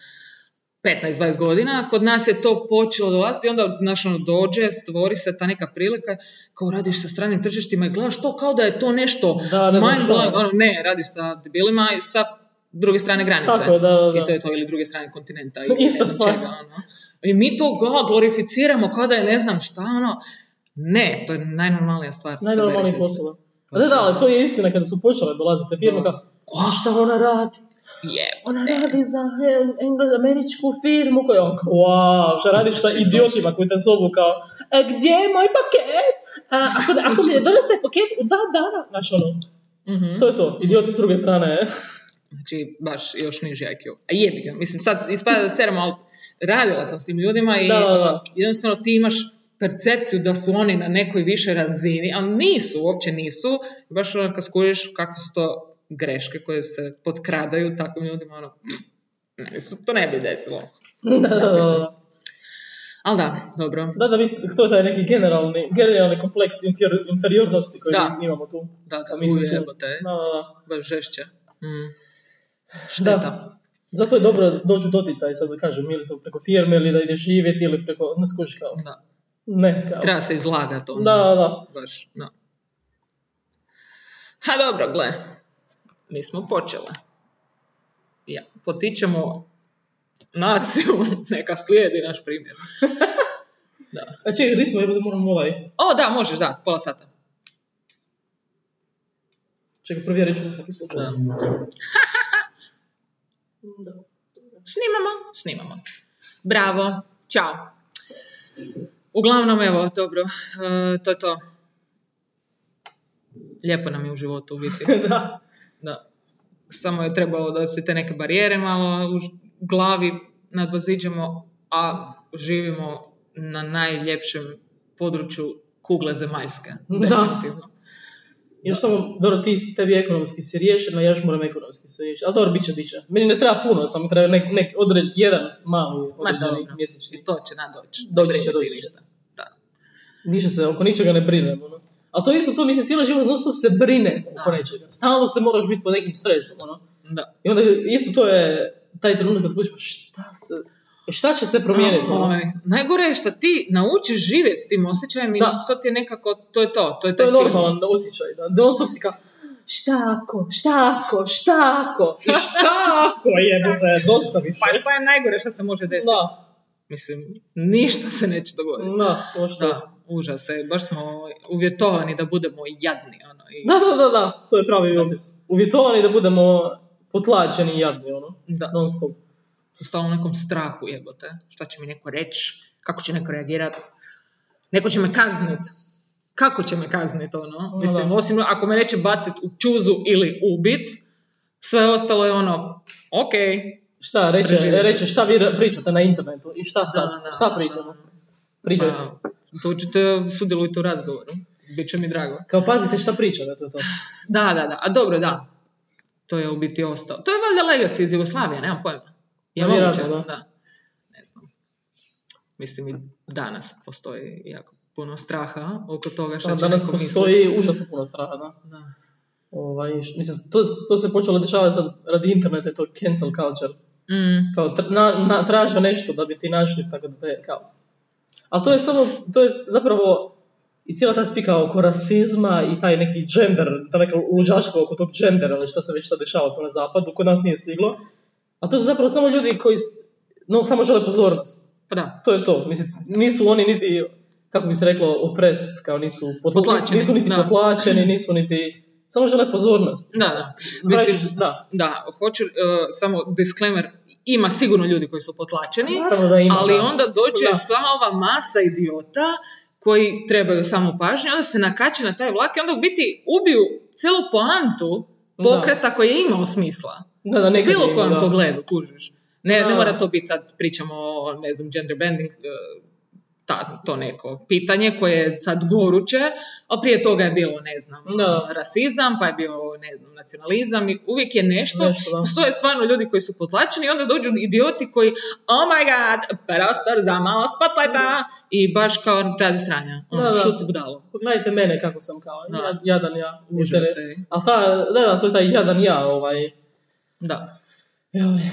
A: 15-20 godina, kod nas je to počelo dolaziti i onda znaš, ono, dođe, stvori se ta neka prilika, kao radiš sa stranim tržištima i gledaš to kao da je to nešto
B: Da, ne znam
A: mind
B: šta.
A: blowing, ono, ne, radiš sa debilima i sa druge strane granice.
B: Tako je, da, da, da.
A: I to je to, ili druge strane kontinenta. Ili
B: Ista
A: ne znam
B: stvar.
A: čega, ono. I mi to ga glorificiramo kao da je ne znam šta, ono. Ne, to je najnormalnija stvar.
B: Najnormalniji
A: saberite se.
B: posao. Da, da, ali to je istina kada su počele dolaziti firme
A: Da.
B: kao, "A, šta ona radi? Ona
A: ono, Jebote.
B: radi za e, englesko-američku firmu koja je on kao, wow, šta radiš sa idiotima koji te zovu kao, "E, gdje je moj paket? A, ako, ako mi ne doneste paket u dva dana, znaš ono,
A: Mhm.
B: to je to, idioti s druge strane. e.
A: Znači, baš još niži IQ. A jebi ga. Mislim, sad ispada da seramo, ali radila sam s tim ljudima i
B: Da, da, da.
A: jednostavno ti imaš percepciju da su oni na nekoj više razini, ali nisu, uopće nisu. I baš ono kad skužiš kako su to greške koje se potkradaju takvim ljudima, ono, ne, su- to ne bi desilo.
B: da, da, da.
A: Ali da, dobro.
B: Da, da, vi, to je taj neki generalni, generalni kompleks inter- inferiornosti koji
A: Da.
B: imamo tu.
A: Da, da,
B: A mi smo tu.
A: ujebote,
B: Da, da, da.
A: baš žešće. Mm. Šteta.
B: Da. Zato je dobro doći u doticaj, sad da kažem, ili to preko firme, ili da ideš živjeti, ili preko, ne skužiš kao,
A: Da.
B: ne, kao.
A: Treba se izlagati. ono.
B: Da, da, da.
A: Baš, no. Ha dobro, gle. Nismo počele. Ja, potičemo naciju, neka slijedi naš primjer.
B: A E, čekaj, gdje smo, jebote, moram ovaj,
A: O, da, možeš, da, pola sata.
B: čekaj, provjerit ću za svaki slučaj.
A: Da.
B: Da.
A: Snimamo, snimamo. Bravo, čao. Uglavnom, evo, dobro, e, to je to. Lijepo nam je u životu u biti.
B: da.
A: Da. Samo je trebalo da se te neke barijere malo u ž- glavi nadvoziđemo, a živimo na najljepšem području kugle zemaljske.
B: Da.
A: Definitivno.
B: Još samo, dobro, ti, tebi ekonomski si riješen, a ja još moram ekonomski se riješiti. Ali dobro, bit će, bit će. Meni ne treba puno, samo treba nek, nek određen, jedan mali određeni
A: dobro.
B: mjesečni.
A: I to će nadoći.
B: Doći
A: Ne
B: će,
A: brini
B: doći
A: ti
B: će.
A: ništa. Da.
B: Ništa se, oko ničega ne brinem. Ono. Ali to je isto, to mislim, cijeli život non stop se brine oko
A: Da.
B: nečega. Stalno se moraš biti pod nekim stresom. Ono.
A: Da.
B: I onda isto to je taj trenutak kad kućeš, pa šta se, e, šta će se promijeniti? ono?
A: Oj, ovaj, najgore je što ti naučiš živjeti s tim osjećajem i
B: Da.
A: to ti je nekako, to je to, to je
B: To
A: taj
B: je
A: film.
B: normalan osjećaj, da. Non stop si kao, šta ako, šta ako, šta ako, i šta ako jebote, dosta više.
A: Pa šta je najgore što se može desiti?
B: Da,
A: Mislim, ništa se neće dogoditi.
B: da, to što. Da.
A: Da, užas, e, baš smo uvjetovani da budemo jadni, ono, i,
B: da, da, da, to je pravi opis. Uvjetovani da budemo potlačeni i jadni, ono,
A: da,
B: non stop.
A: u stalnom nekom strahu jebote, šta će mi neko reći, kako će neko reagirati, neko će me kaznit, kako će me kaznit, ono, mislim,
B: da.
A: osim ako me neće bacit u čuzu ili ubit, sve ostalo je ono, ok,
B: Šta, reče,
A: Preživjet.
B: reče šta vi ra- pričate na internetu i šta sad,
A: Da, da, da.
B: šta pričamo? Pričate.
A: pa, dođite, sudjelujte u razgovoru, bit će mi drago.
B: Kao pazite šta pričate, to je to.
A: Da, da, da, a dobro, da, to je u biti ostalo. To je valjda legacy iz Jugoslavije, nemam pojma. Je
B: Pa
A: moguće,
B: vjerojatno,
A: da.
B: da.
A: Ne znam. Mislim, i danas postoji jako puno straha oko toga što
B: Da,
A: će
B: danas
A: neko
B: postoji
A: mislit.
B: užasno puno straha, da.
A: Da.
B: Ovaj, š- mislim, to, to se počelo dešavati sad radi interneta, to je cancel culture.
A: Mm,
B: Kao, tr- na, na, traže nešto da bi ti našli, tako da te, kao... Ali to je samo, to je zapravo i cijela ta spika oko rasizma i taj neki gender, ta neka luđaštvo oko tog gendera ili šta se već sad dešava tu na zapadu, kod nas nije stiglo. A to su zapravo samo ljudi koji, s- no, samo žele pozornost.
A: pa da.
B: to je to. Mislim, nisu oni niti, kako bi se reklo, oprest, kao nisu potla-
A: Potlačeni,
B: nisu niti
A: da.
B: potlačeni, nisu niti... Samo žele pozornost.
A: Da, da.
B: Mislim,
A: Mislim,
B: da.
A: da, hoću eh, samo disclaimer, ima sigurno ljudi koji su potlačeni,
B: Naravno da ima,
A: ali
B: da.
A: onda dođe
B: Da.
A: sva ova masa idiota koji trebaju samo pažnju, onda se nakače na taj vlak i onda u biti ubiju celu poantu pokreta koji je imao smisla.
B: Da, da,
A: U
B: nekad
A: bilo
B: je,
A: kojem
B: da.
A: pogledu, kužiš. Ne, ne
B: Da.
A: mora to biti sad, pričamo o, ne znam, gender bending, e, ta, to neko pitanje koje je sad goruće, a prije toga je bilo, ne znam,
B: Da.
A: rasizam, pa je bio, ne znam, nacionalizam, i uvijek je nešto.
B: Nešto, da.
A: Postoje stvarno ljudi koji su potlačeni i onda dođu idioti koji, oh my god, prostor za malo spotlighta i baš kao radi sranja. Ono,
B: Da, da.
A: šuti budalo.
B: Pogledajte mene kako sam kao,
A: Da.
B: jad- jadan ja.
A: Užas
B: Užas
A: je.
B: A ta, da, da, to je taj jadan ja, ovaj...
A: Da.
B: Joj.
A: Ljudima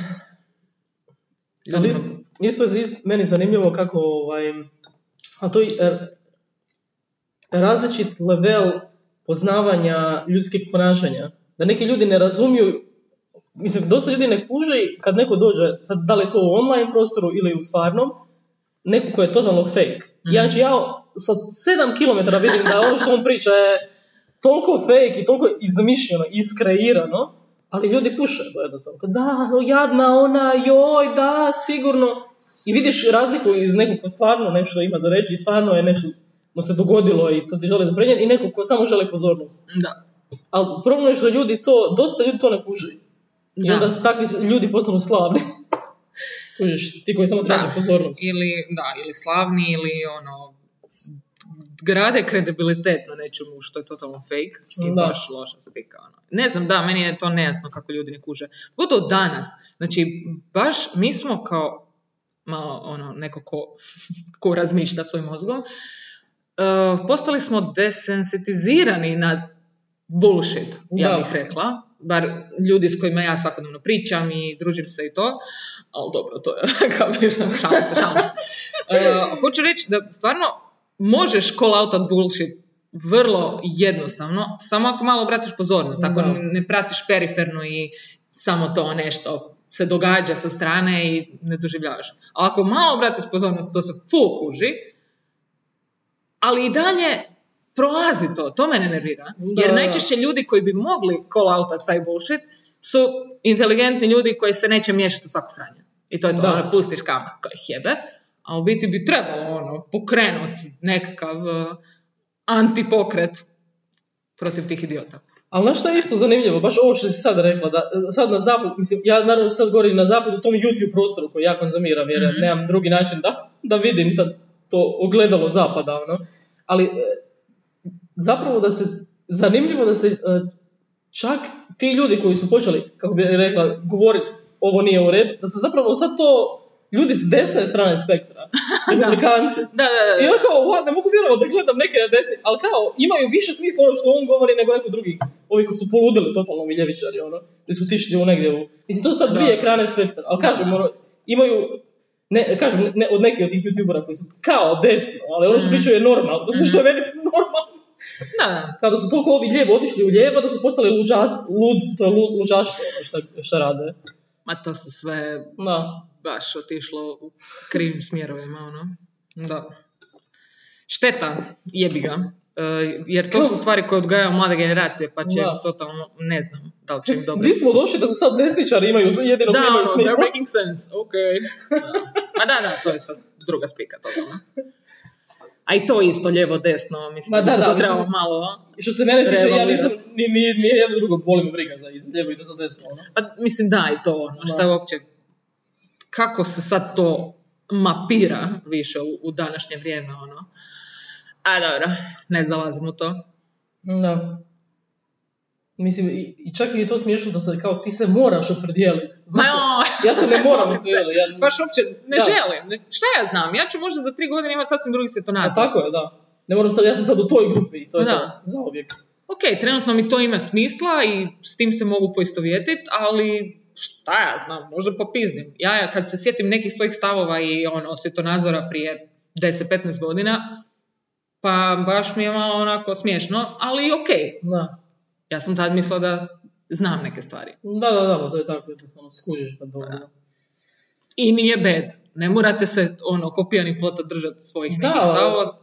B: Ljudi- Isto je iz- meni zanimljivo kako ovaj, a to je e, različit level poznavanja ljudskih ponašanja. Da neki ljudi ne razumiju, mislim, dosta ljudi ne kuži kad neko dođe, sad da li je to u online prostoru ili u stvarnom, neko ko je totalno fake.
A: Mhm.
B: Ja, znači, ja sa 7 km vidim da ono što on priča je toliko fake i toliko izmišljeno, iskreirano, ali ljudi puše to jednostavno. Kao, Da, jadna ona, joj, da, sigurno. I vidiš razliku iz nekog ko stvarno nešto ima za reći i stvarno je nešto mu se dogodilo i to ti želi da prenijeti i nekog ko samo želi pozornost.
A: Da.
B: Ali problem je što ljudi to, dosta ljudi to ne kuži. I
A: Da.
B: onda takvi ljudi postanu slavni. Kužiš, ti koji samo traže
A: Da.
B: pozornost.
A: Ili, da, ili slavni, ili ono, grade kredibilitet na nečemu što je totalno fake i
B: Da.
A: baš loša slika. Ono. Ne znam, da, meni je to nejasno kako ljudi ne kuže. Pogotovo danas. Znači, baš mi smo kao malo ono, neko ko, ko razmišlja svojim mozgom, e, postali smo desensitizirani na bullshit, ja
B: Da.
A: bih rekla. Bar ljudi s kojima ja svakodnevno pričam i družim se i to. Ali dobro, to je kao pričam, šalim se, šalim se. E, hoću reći da stvarno možeš call out od bullshit vrlo jednostavno, samo ako malo obratiš pozornost, ako
B: Da.
A: ne- ne pratiš periferno i samo to nešto se događa sa strane i ne doživljavaš. A ako malo obratiš pozornost, to se full kuži, ali i dalje prolazi to, to mene nervira.
B: Da,
A: Jer
B: da.
A: najčešće Znači, ljudi koji bi mogli call outat taj bullshit su inteligentni ljudi koji se neće miješati u svako sranje. I to je to,
B: Da.
A: ono, pustiš kamen koji jebe, a u biti bi trebalo ono, pokrenuti nekakav eh, antipokret protiv tih idiota.
B: Ali znaš šta je isto zanimljivo, baš ovo što si sad rekla, da e, sad na zapadu, mislim, ja naravno sad govorim na zapadu, u tom YouTube prostoru koji ja konzumiram, jer ja nemam drugi način da, da vidim ta, to ogledalo zapada, ono. Ali e, zapravo da se, zanimljivo da se e, čak ti ljudi koji su počeli, kako bi rekla, govoriti ovo nije u redu, da su zapravo sad to ljudi s desne strane spektra, republikanci.
A: Da, da, da.
B: I ja kao, what, ne mogu vjerovati da gledam neke na desni, ali kao, imaju više smisla ono što on govori nego neko drugi. Ovi koji su poludili totalno mi ljevičari, ono, gdje su tišli u negdje u... Mislim, to su sad
A: Da.
B: dvije ekrane spektra, ali kažem, ono, imaju... Ne, kažem, ne, od nekih od tih youtubera koji su kao desno, ali ono što
A: Mm.
B: pričaju je normalno, zato što je meni normalno.
A: da, da.
B: Kada su toliko ovi lijevo otišli u lijevo, da su postali luđaci, lud, to je lud, luđaštvo, ono šta, šta rade.
A: Ma to se sve
B: Da.
A: baš otišlo u krivim smjerovima, ono. Da. Šteta, jebi ga. E, jer to su stvari koje odgajaju mlade generacije, pa će
B: Da.
A: totalno, ne znam, da li će im dobro
B: Gdje smo došli da su sad desničari imaju, jedino
A: da,
B: imaju
A: ono,
B: smisla.
A: they're making sense, ok. Ma da, da, to je sad druga spika toga. no. A i to isto, lijevo, desno, mislim,
B: Ma
A: da,
B: da,
A: se to
B: da,
A: trebamo
B: mislim-
A: malo...
B: I što se mene tiče, ja
A: Revalvirat.
B: nisam, ni, ni, ni jedno drugo boli me briga za i za lijevo i za desno. Ono.
A: Pa, mislim, da, i to ono, šta je uopće... Kako se sad to mapira više u, u današnje vrijeme, ono. A dobro, ne zalazim u to.
B: Da. Mislim, i, i čak i je to smiješno da se kao ti se moraš opredijeliti.
A: Ma Pa joj!
B: Ja se ne moram opredijeliti. Ja,
A: Baš uopće ne
B: Da.
A: želim. Ne- Šta ja znam? Ja ću možda za tri godine imati sasvim drugi svjetonazor.
B: a tako je, da. Ne moram sad, ja sam sad u toj grupi i to je
A: Da.
B: to, za uvijek.
A: ok, trenutno mi to ima smisla i s tim se mogu poistovjetiti, ali šta ja znam, možda popiznim. Ja ja kad se sjetim nekih svojih stavova i ono, svjetonazora prije 10-15 godina, pa baš mi je malo onako smiješno, ali ok.
B: Da.
A: Ja sam tad mislila da znam neke stvari.
B: Da, da, da, to je tako, jednostavno skužiš pa dobro.
A: I nije bed. Ne morate se ono, ko pijani plota držati svojih
B: Da,
A: nekih
B: ali-
A: stavova,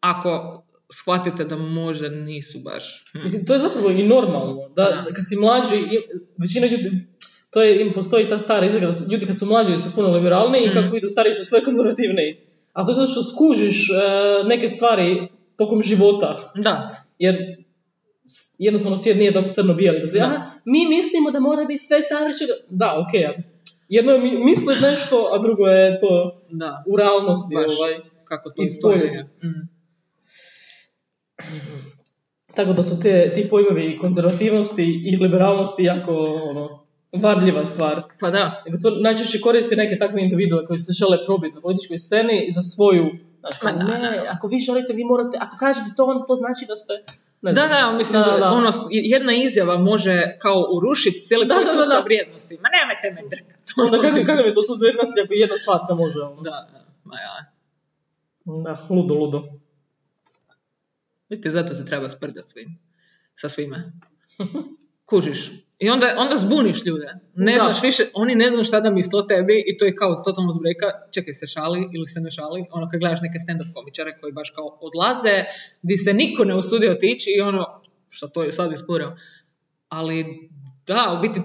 A: ako shvatite da možda nisu baš. hm.
B: Mislim, to je zapravo i normalno. Da,
A: Da.
B: kad si mlađi, i- većina ljudi, to je, im postoji ta stara izreka da su, ljudi kad su mlađi su puno liberalniji
A: Mm.
B: i kako idu stariji su sve konzervativniji. A to je zato što skužiš e, neke stvari tokom života.
A: Da,
B: Jer s- jednostavno svijet nije tako crno-bijeli. Da svi,
A: Da.
B: "Aha, mi mislimo da mora biti sve savršeno. Da, okej. ali jedno je mi, mislit nešto, a drugo je to
A: da.
B: u realnosti.
A: Baš.
B: Ovaj.
A: Kako to
B: Ispojiti.
A: istorija. Mm.
B: Tako da su te, ti pojmovi konzervativnosti i liberalnosti jako ono, varljiva stvar.
A: Pa da,
B: Nego to najčešće koristi neke takve individue koji se žele probiti na političkoj sceni za svoju Znači,
A: Ma da,
B: ne, ako vi želite, vi morate, ako kažete to, onda to znači da ste
A: Da, da, mislim,
B: Da, da, da.
A: ono, jedna izjava može kao urušiti cijeli
B: Da,
A: tvoj
B: da, da,
A: sustav
B: da.
A: vrijednosti. Ma nemojte me drkati.
B: Onda kako, kako mi to su zvrnasti ako jedna stvar ne može? ono?
A: Da, da, ma ja.
B: Da, ludo, ludo.
A: Vidite, zato se treba sprdati svim. Sa svime. Kužiš. I onda, onda zbuniš ljude. Ne
B: Da.
A: znaš više, oni ne znaju šta da misle o tebi i to je kao totalno zbreka, čekaj se šali ili se ne šali. Ono kad gledaš neke stand-up komičare koji baš kao odlaze, di se niko ne usudi otići i ono, što to je sad ispurao. Ali da, u biti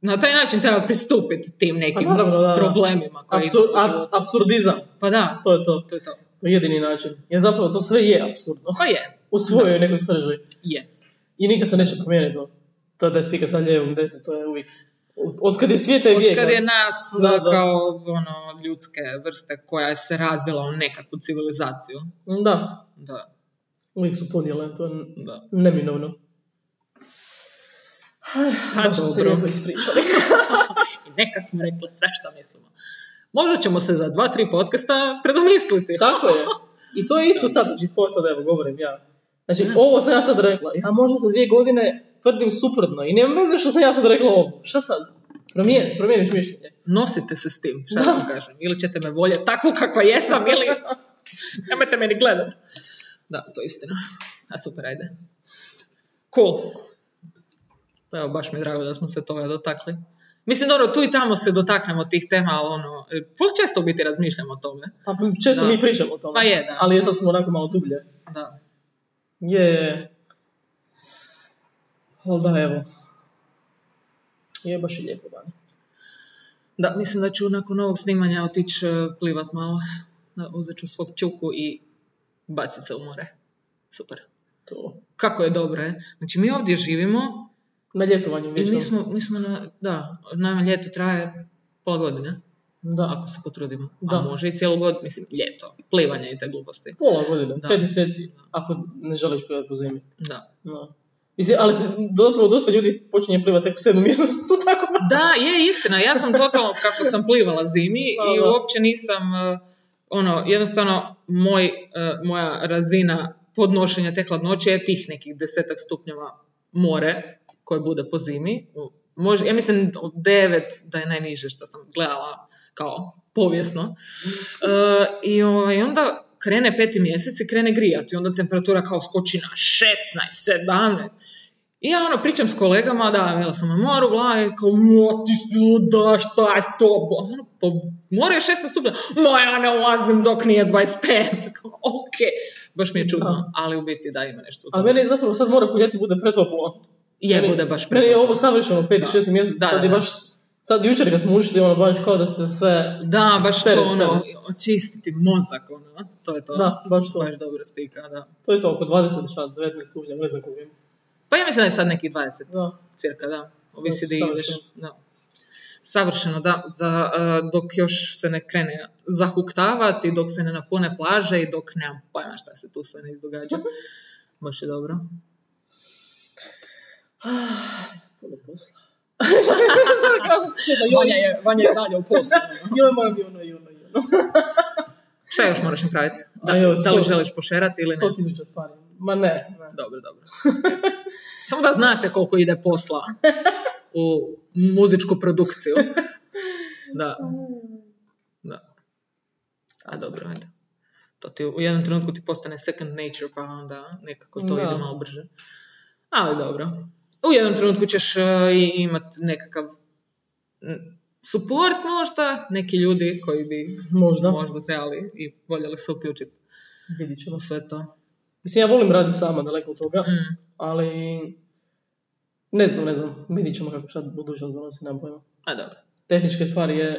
A: na taj način treba pristupiti tim nekim
B: Pa naravno, da, da.
A: problemima. Koji
B: Apsur, ab- absurdizam,
A: Pa da,
B: to je to.
A: to je to.
B: To je jedini način. Jer zapravo to sve je absurdno.
A: Pa je,
B: U svojoj nekoj srži.
A: je.
B: I nikad se neće promijeniti. no. To je da je slika sa ljevom, desno, to je uvijek. Od, od kad je svijeta je vijeka.
A: Od kad je nas
B: Da, da.
A: kao ono, ljudske vrste koja je se razvila u nekakvu civilizaciju.
B: ono. Da,
A: Da,
B: uvijek su podjele, to je
A: da.
B: neminovno.
A: Pa
B: Baš smo se
A: dobro.
B: lijepo ispričali.
A: I neka smo rekli sve što mislimo. Možda ćemo se za dva, tri podcasta predomisliti.
B: Tako je. I to je isto sad, znači to sad evo govorim ja. Znači ovo sam ja sad rekla, ja možda za dvije godine tvrdim suprotno i nema veze što sam ja sad rekla ovo. Šta sad? Promijeni, promijeniš mišljenje.
A: Nosite se s tim, šta vam kažem. Ili ćete me voljeti takvu kakva jesam, ili nemojte me ni gledat. Da, to je istina. A super, ajde. Cool. Pa Evo, baš mi je drago da smo se toga dotakli. Mislim, dobro, tu i tamo se dotaknemo tih tema, ali ono, e, ful često u biti razmišljamo o tome.
B: Pa često
A: Da.
B: mi pričamo o tome.
A: Pa je, da.
B: Ali eto smo onako malo dublje.
A: Da.
B: Je. Ali da, evo. Je baš je lijepo dan.
A: Da, mislim da ću nakon ovog snimanja otići e, plivat malo. Da, uzet ću svog čuku i bacit se u more. Super.
B: To.
A: Kako je dobro, je. Znači, mi ovdje živimo
B: Na ljetovanju
A: i
B: vječno.
A: mi smo, mi smo na, da, nama ljeto traje pola godine,
B: Da.
A: ako se potrudimo.
B: Da.
A: A može i cijelu godinu, mislim, ljeto, plivanje i te gluposti.
B: Pola godine,
A: Da.
B: pet mjeseci. Ako ne želiš plivati po zemlji.
A: Da.
B: No. Mislim, ali se zapravo dosta ljudi počinje plivati tek u sedmom mjesecu, tako da.
A: Da, je istina, ja sam totalno kako sam plivala zimi
B: Da,
A: i
B: da.
A: uopće nisam, e, ono, jednostavno moj, e, moja razina podnošenja te hladnoće je tih nekih desetak stupnjeva more koje bude po zimi. U- Može, ja mislim od devet da je najniže što sam gledala kao povijesno. E, I ovaj, onda krene peti mjesec i krene grijati. Onda temperatura kao skoči na 16, 17. I ja ono pričam s kolegama, da, bila sam na moru, bla, i kao, "Jo, ti si luda, šta je s tobom? Ono, pa, more je 16 stupnja, ma ja ne ulazim dok nije 25. Kao, ok, baš mi je čudno, ali u biti da ima nešto u
B: A
A: tome.
B: meni je zapravo sad mora kuljati bude pretoplo.
A: Je,
B: Meni-
A: bude baš
B: Meni je
A: pretoplo.
B: ovo savršeno
A: Da.
B: 5-6 mjesec,
A: Da,
B: sad
A: da,
B: je
A: da.
B: baš... Sad jučer kad smo ušli, ono, baš kao da ste sve...
A: Da, baš to
B: Tere,
A: ono, očistiti mozak, ono, to je to.
B: Da, baš to.
A: Baš dobro spika, da.
B: To je to, oko 20 šta, 19 stupnja, ne znam koliko je.
A: Pa ja mislim da je sad nekih 20,
B: Da.
A: cirka, da. Ovisi da
B: Savršeno.
A: ideš. Da. Savršeno, da. Za, e, dok još se ne krene zahuktavati, dok se ne napune plaže i dok nemam pojma šta se tu sve ne izdogađa. Baš je dobro.
B: Puno posla. Sad kao sam se sjetila, joj,
A: je, Vanja je dalje u poslu.
B: joj, moram i ono, i ono, i ono.
A: Šta još moraš napraviti? Da,
B: A joj,
A: da li
B: sto-
A: želiš pošerati ili ne?
B: 100 tisuća stvari. Ma ne, ne.
A: Dobro, dobro. Samo da znate koliko ide posla u muzičku produkciju. Da. Da. A dobro, ajde. To ti u jednom trenutku ti postane second nature, pa onda nekako to
B: Da.
A: ide malo brže. Ali dobro. U jednom trenutku ćeš uh, i imati nekakav mm, support možda, neki ljudi koji bi
B: Možda.
A: možda trebali i voljeli se uključiti
B: Vidit ćemo.
A: u sve to.
B: Mislim, ja volim raditi sama, daleko od toga,
A: Mm.
B: ali... Ne znam, ne znam. Vidit ćemo kako šta budućnost donosi, nemam pojma.
A: A dobro.
B: tehničke stvari je...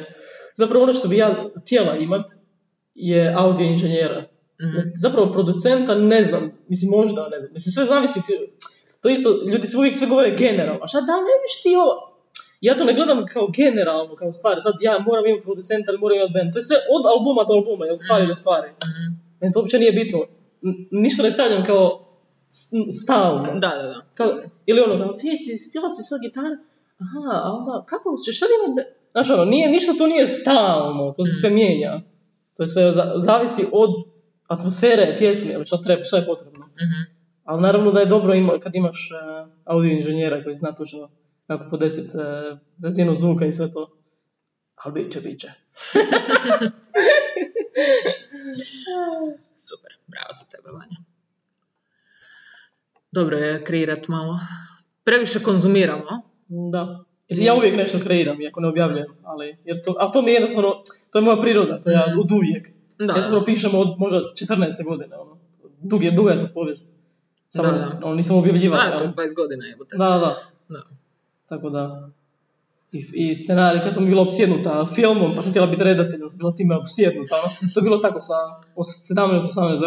B: Zapravo ono što bi ja htjela imat je audio inženjera.
A: Mm.
B: Zapravo producenta ne znam, mislim možda ne znam, mislim sve zavisi ti- To isto, ljudi se uvijek sve govore generalno, a šta da ne biš ti ovo? Ja to ne gledam kao generalno, kao stvari, sad ja moram imati producenta, ali moram imati band, to je sve od albuma do albuma, od stvari do stvari. Meni to uopće nije bitno, N- ništa ne stavljam kao s- n- stalno.
A: Da, da, da.
B: Kao, ili ono, kao, ti si, spjela si sad gitaru, aha, a onda, kako ćeš, šta ima... Znaš, ono, nije, ništa tu nije stalno, to se sve mijenja. To je sve, za- zavisi od atmosfere, pjesme, ili šta treba, šta je potrebno.
A: Mhm.
B: Ali naravno da je dobro ima, kad imaš e, audio inženjera koji zna točno kako podesit e, razinu zvuka i sve to. Ali bit će, bit će.
A: Super, bravo za tebe, Vanja. Dobro je kreirati malo. Previše konzumiramo.
B: Da. Mislim, ja uvijek nešto kreiram, iako ne objavljujem, ali, jer to, ali to mi je jednostavno, to je moja priroda, to ja od uvijek.
A: Da,
B: Ja zapravo pišem od možda 14. godine, ono. Dug je, duga je to povijest. Samo,
A: Da, da.
B: ono, nisam objavljivala.
A: da, to je
B: ali-
A: 20 Pa godina je.
B: Da, da.
A: Da.
B: Tako da. I, i scenarij, kad sam bila opsjednuta filmom, pa sam htjela biti redatelj, onda sam bila time opsjednuta. ono. To je bilo tako sa os- 17, 18, 19.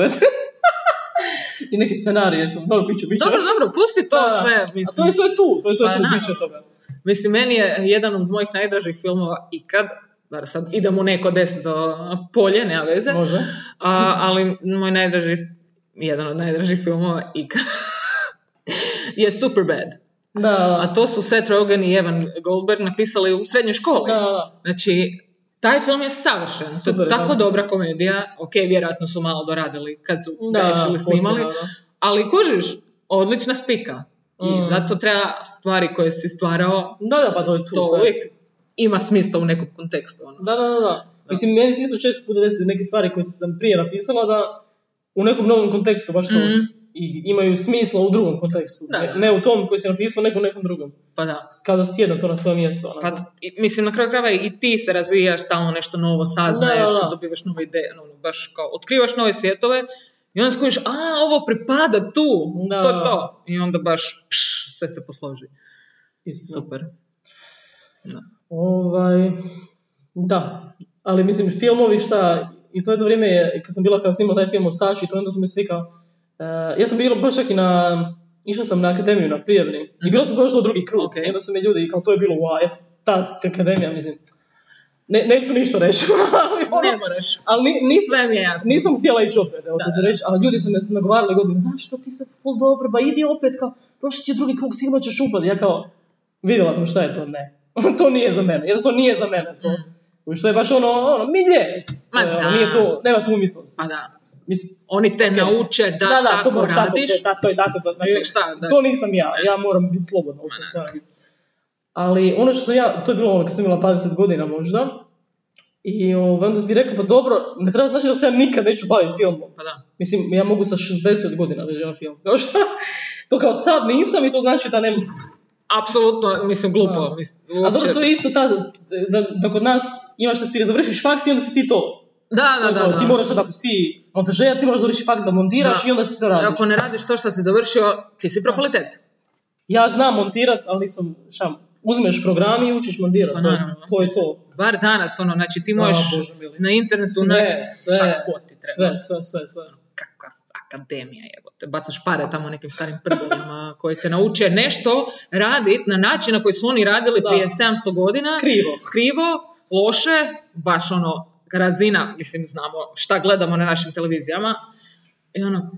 B: I neke scenarije sam, dobro, bit će, bit će.
A: Dobro, dobro, pusti to
B: Da, da.
A: sve,
B: A to
A: mislim.
B: je sve tu, to je sve
A: Pa,
B: tu,
A: naravno.
B: bit će toga.
A: Mislim, meni je jedan od mojih najdražih filmova ikad, bar sad idem u neko desno polje, nema veze,
B: Može.
A: a, ali moj najdraži, jedan od najdražih filmova ikad je Superbad.
B: Da, da,
A: A to su Seth Rogen i Evan Goldberg napisali u srednjoj školi.
B: da. da.
A: Znači, taj film je savršen. to
B: Super,
A: je tako
B: da.
A: dobra komedija. Ok, vjerojatno su malo doradili kad su
B: Da, da,
A: prešili
B: poslije,
A: snimali.
B: da, da.
A: Ali kužiš, odlična spika. I
B: Mm.
A: zato treba stvari koje si stvarao,
B: Da, da, pa to je tu
A: to
B: sve.
A: uvijek ima smisla u nekom kontekstu. Ono.
B: Da, da, da, da. Mislim, meni se isto često puta desi neke stvari koje sam prije napisala da u nekom novom kontekstu baš to
A: Mhm,
B: i imaju smisla u drugom kontekstu.
A: Da,
B: ne,
A: da.
B: ne u tom koji si napisao, nego u nekom drugom.
A: pa da.
B: Kada sjedam to na svoje mjesto. onako.
A: Pa, i- mislim, na kraju krajeva i ti se razvijaš, stalno nešto novo saznaješ,
B: Da, da, da.
A: dobivaš nove ideje, ono, baš kao, otkrivaš nove svjetove i onda skužiš, a, ovo pripada tu,
B: Da,
A: to je
B: da.
A: to. I onda baš, pš, sve se posloži.
B: Istina.
A: Super.
B: Ovaj, da, ali mislim filmovi šta, i to jedno vrijeme je, kad sam bila kao snimala taj film o Saši, to onda su me svi kao, e, ja sam bila baš čak i na, išla sam na akademiju na prijemni i bila sam prošla u drugi krug,
A: Ok.
B: I onda su me ljudi i kao to je bilo, wow, jer ta akademija, mislim, ne, neću ništa reći, ali, ono,
A: Ne moraš.
B: ali ni- nisam,
A: Sve mi je jasno.
B: nisam htjela ići opet, evo
A: Da,
B: to ću reći, ali ljudi su me nagovarali godine, znaš što ti se full dobro, ba idi opet, kao, prošli si drugi krug, sigurno ćeš upad. Ja kao, vidjela sam šta je to, ne. to nije za mene, jer to nije za mene to. Mm. Što je baš ono, ono, milje.
A: Ma
B: To je, ono,
A: da.
B: Nije to, nema tu umjetnost.
A: Pa da.
B: Mislim,
A: Oni te
B: Ok.
A: nauče da,
B: da, da, to
A: tako
B: moraš tako,
A: radiš.
B: to je tako, to je tako, to, znači,
A: I šta, da.
B: to nisam ja, ja moram biti slobodna u svom stvari. Ali ono što sam ja, to je bilo ono kad sam imala 20 godina možda, i ovaj, onda bi rekla, pa dobro, ne treba znači da se ja nikad neću baviti filmom.
A: Pa da.
B: Mislim, ja mogu sa 60 godina da želim film. Kao šta? To kao sad nisam i to znači da nema.
A: Apsolutno, mislim, glupo.
B: Da.
A: Mislim,
B: A dobro,
A: uopće-
B: to je isto ta, da, da kod nas imaš te spire, završiš faks i onda si ti to.
A: Da, da,
B: To je
A: da.
B: to.
A: da.
B: Ti moraš sad ako si ti montažer, ti moraš završiti faks da montiraš
A: Da.
B: i onda si to radiš.
A: Ako ne radiš to što si završio, ti si propalitet.
B: Ja znam montirat, ali nisam, šta, uzmeš program i učiš montirat.
A: Pa
B: to, je-
A: naravno.
B: to je to.
A: Bar danas, ono, znači ti
B: Da,
A: možeš
B: Bože mili.
A: na internetu
B: Sve,
A: naći
B: sve,
A: šta god ti treba.
B: Sve, sve, sve, sve.
A: Kakva akademija je. Te bacaš pare tamo nekim starim prdolima koji te nauče nešto radit na način na koji su oni radili
B: Da.
A: prije 700 godina.
B: Krivo.
A: krivo, loše, baš ono, razina, mislim, znamo šta gledamo na našim televizijama. I ono,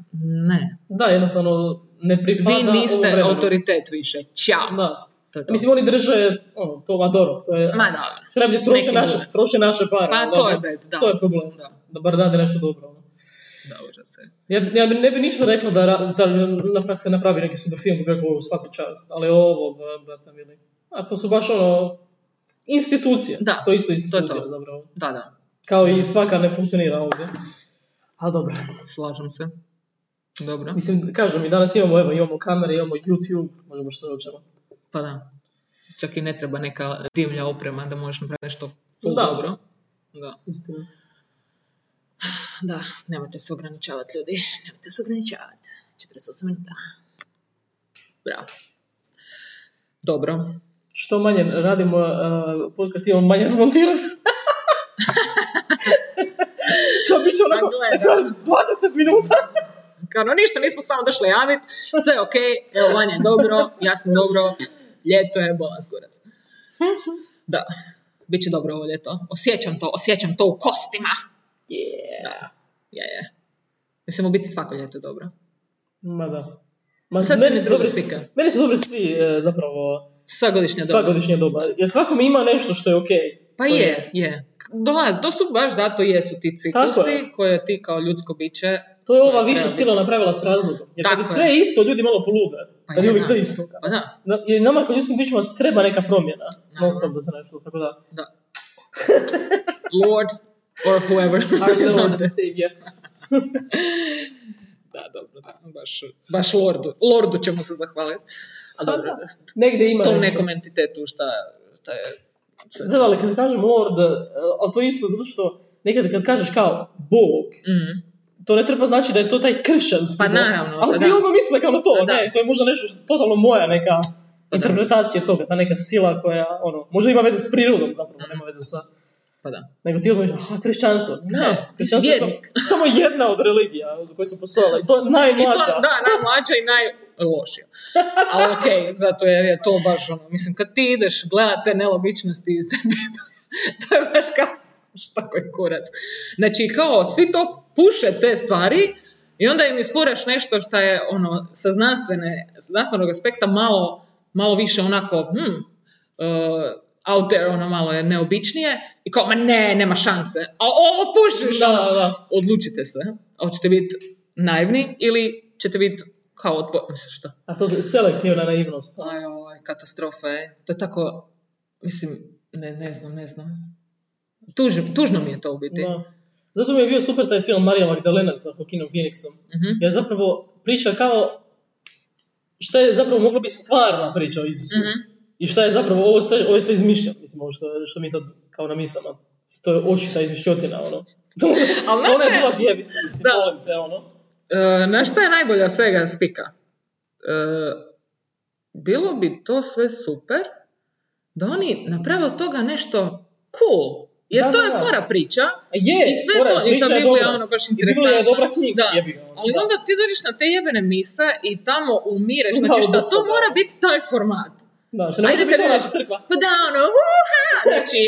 A: ne,
B: Da, jednostavno ne pripada
A: vi
B: ovom
A: niste
B: vremenu.
A: autoritet više, ćao.
B: Pa Da.
A: To je to.
B: Mislim, oni drže, ono, to adoro, to je
A: Ma da, ono.
B: Treba troše
A: Neki
B: naše,
A: drugi.
B: troše naše pare.
A: pa
B: ali
A: to je
B: dobro,
A: bed, da.
B: To je problem,
A: Da,
B: da bar rade nešto dobro. ono.
A: da, užas je.
B: Ja, bi- ja bi, ne bi ništa rekla da, ra- da na- se napravi neki super film, bi rekao "O, svaka čast, ali ovo, b- brata mili. A to su baš ono, institucije.
A: Da,
B: to je isto institucija,
A: to je to.
B: zapravo.
A: Da, da,
B: Kao i svaka ne funkcionira ovdje. Ali dobro.
A: slažem se. Dobro,
B: Mislim, kažem, i danas imamo, evo, imamo kamere, imamo YouTube, možemo što hoćemo.
A: pa da. Čak i ne treba neka divlja oprema da možeš napraviti nešto full
B: Da.
A: dobro. Da.
B: Istina.
A: da, nemojte se ograničavati ljudi, nemojte se ograničavati. 48 minuta. Bravo. Dobro,
B: Što manje radimo uh, podcast, imamo manje zmontirati. to bit će onako,
A: Pa gledaj.
B: kao 20 minuta.
A: Kao, no ništa, nismo samo došli javiti, sve je okej, evo, Vanja je dobro, ja sam dobro, ljeto je bolan kurac. Da, bit će dobro ovo ljeto. Osjećam to, osjećam to u kostima. Da, je, je. Mislim, u biti svako ljeto je dobro.
B: Ma da. Ma,
A: Sad su mi
B: meni, su
A: druga
B: dobre,
A: slika.
B: meni su dobre svi e, zapravo
A: Sva godišnja
B: sva
A: doba.
B: godišnja doba. Jer svakome ima nešto što je okej.
A: Pa
B: To
A: je, je. Dolaz, to su baš zato jesu ti
B: Tako je.
A: ciklusi koje ti kao ljudsko biće
B: To je ova
A: Koja
B: viša
A: treba
B: sila napravila s razlogom. Jer kad je
A: Tako
B: sve isto, ljudi malo polude.
A: Pa
B: Kad je
A: je,
B: uvijek
A: da.
B: sve isto.
A: Pa da,
B: Na- Jer nama kao ljudskim bićima treba neka promjena.
A: Da.
B: Non stop da se nešto, tako da.
A: da. Lord or whoever.
B: Our Lord
A: Znate.
B: and Savior.
A: Da, dobro, da. Baš, baš lordu. Lordu ćemo se zahvaliti. A
B: Pa
A: dobro,
B: da, Negdje ima
A: tom
B: nešto.
A: nekom entitetu šta, šta je... sve
B: Da, ali kad kažem Lord, eh, ali to je isto zato što nekad kad kažeš kao Bog,
A: Mhm.
B: to ne treba znači da je to taj kršćanski.
A: Pa
B: Bog.
A: naravno,
B: Ali
A: pa
B: svi
A: da.
B: odmah misle kao na to,
A: Pa da. Pa
B: ne, to je možda nešto što, totalno moja neka
A: da.
B: interpretacija toga, ta neka sila koja, ono, možda ima veze s prirodom zapravo, nema veze sa...
A: Pa da.
B: Nego ti odmah aha, kršćanstvo. Ne,
A: Da, ti si
B: kršćanstvo je
A: vjernik.
B: samo- samo jedna od religija koje su postojale. I to je
A: I to,
B: najmlađa.
A: da, najmlađa i najlošija. Ali okej, zato jer je to baš ono, mislim, kad ti ideš gledat te nelogičnosti iz te Biblije, to je baš kao, šta koji kurac. Znači, kao, svi to puše te stvari i onda im iskuraš nešto što je, ono, sa znanstvene, sa znanstvenog aspekta malo, malo više onako, hmm, uh, out there, ono, malo je neobičnije i kao, ma ne, nema šanse. A ovo pušiš, ono,
B: Da, da, da.
A: odlučite se, hoćete biti naivni ili ćete biti kao otpor... Mislim, šta?
B: A to je selektivna naivnost.
A: Aj, oj, ovaj, katastrofa je. To je tako, mislim, ne, ne znam, ne znam. Tužno, tužno mi je to u biti.
B: Da. Zato mi je bio super taj film Marija Magdalena sa Joaquinom Phoenixom.
A: Mhm.
B: Jer zapravo priča kao šta je zapravo mogla biti stvarna priča o Isusu.
A: Mhm.
B: I šta je zapravo, ovo, sve, ovo je sve izmišljeno, mislim, ovo što, što mi sad kao na mislama. To je očita izmišljotina, ono.
A: Ali znaš
B: Ona
A: šta
B: je
A: je-
B: bila djevica, mislim,
A: Da.
B: volim te, ono.
A: E, na šta je najbolja od svega spika? E, bilo bi to sve super da oni naprave od toga nešto cool. Jer
B: Da,
A: to
B: da,
A: je
B: da.
A: fora priča
B: A je,
A: i sve to, i ta Biblija je ono baš interesantna.
B: Biblija je dobra knjiga,
A: Da.
B: jebi ga, ono,
A: Ali
B: da.
A: onda ti dođeš na te jebene mise i tamo umireš.
B: Da,
A: Znači šta,
B: odnosno,
A: to
B: da.
A: mora biti taj format.
B: Da, što ne
A: Ajde
B: može biti
A: kad
B: naša
A: je-
B: crkva.
A: Pa da, ono, uha! Znači,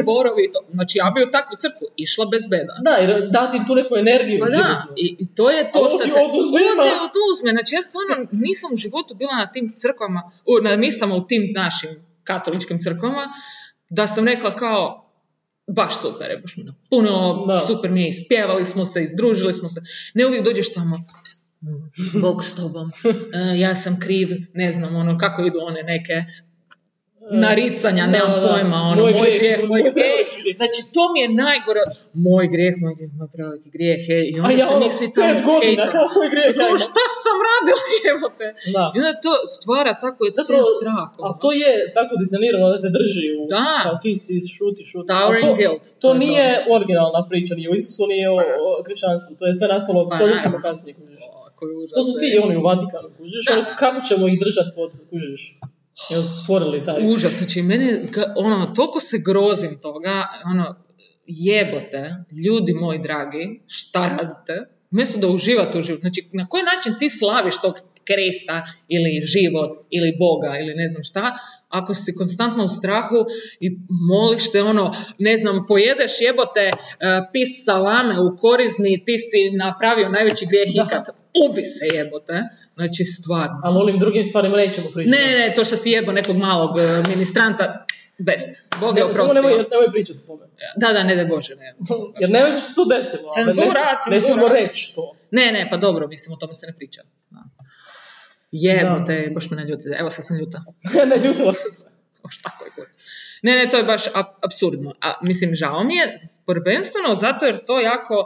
A: zborovi i to. Znači, ja bi u takvu crkvu išla bez beda.
B: Da, jer dati tu neku energiju.
A: Pa da,
B: životnu.
A: i, i to je to
B: Ali
A: što
B: ti
A: te...
B: oduzima.
A: Ovo ti oduzme. Znači, ja stvarno nisam u životu bila na tim crkvama, u, na misama u tim našim katoličkim crkvama, da sam rekla kao, baš super, je baš mi napunilo,
B: Da.
A: super mi je, ispjevali smo se, izdružili smo se. Ne uvijek dođeš tamo, "Mm, Bog s tobom, e, ja sam kriv, ne znam, ono, kako idu one neke naricanja,
B: E, Da,
A: nemam
B: da.
A: pojma, ono, moj,
B: Moj grijeh,
A: grijeh, moj
B: moj
A: grijeh. Znači, to mi je najgore, moj grijeh, moj grijeh, moj preveliki grijeh, hej, i
B: A
A: onda
B: ja
A: se
B: ono,
A: mi svi
B: pet
A: tamo
B: godina,
A: hejtamo.
B: kako je grijeh ja
A: Kao,
B: imam.
A: šta sam radila, evo te.
B: Da.
A: I onda to stvara tako, je to
B: Zapravo,
A: strah. ono.
B: Ali to je tako dizajnirano da te drži u...
A: Da.
B: Kao ti si šuti, šuti.
A: Towering
B: Ali to,
A: guilt,
B: To,
A: to je to.
B: nije originalna priča, nije o Isusu, nije o, o kršćanstvu. To je sve nastalo
A: Pa,
B: stoljećima
A: naravno.
B: kasnije. kužiš.
A: O, koji užas
B: To su
A: je.
B: ti i oni u Vatikanu, kužiš.
A: Da.
B: Oni su, kako ćemo ih držati pod, kužiš. I oni su stvorili taj...
A: Užas, znači mene, ga- ono, toliko se grozim toga, ono, jebote, ljudi moji dragi, šta radite? Umjesto da uživate u životu. Znači, na koji način ti slaviš tog kresta ili život ili Boga ili ne znam šta, ako si konstantno u strahu i moliš se ono, ne znam, pojedeš jebote e, pis salame u korizni, ti si napravio najveći grijeh
B: Da.
A: ikad. Ubi se jebote. Znači, stvarno.
B: Ali o onim drugim stvarima nećemo pričati.
A: Ne, ne, to što si jebo nekog malog e, ministranta, best. Bog je
B: Ne, samo
A: oprostio.
B: nemoj, nemoj pričati o tome.
A: Da, da, ne daj Bože, ne.
B: Jer ne već što desilo. ali ono, ne-
A: Cenzura,
B: Ne smijemo
A: cenzura.
B: reći to.
A: Ne, ne, pa dobro, mislim, o tome se ne priča. Da. Jebote, baš me ne ljuti. Evo, sad sam ljuta.
B: ne ljutila sam se.
A: O, šta koji god. Ne, ne, to je baš ap- apsurdno. A, mislim, žao mi je, prvenstveno zato jer to jako,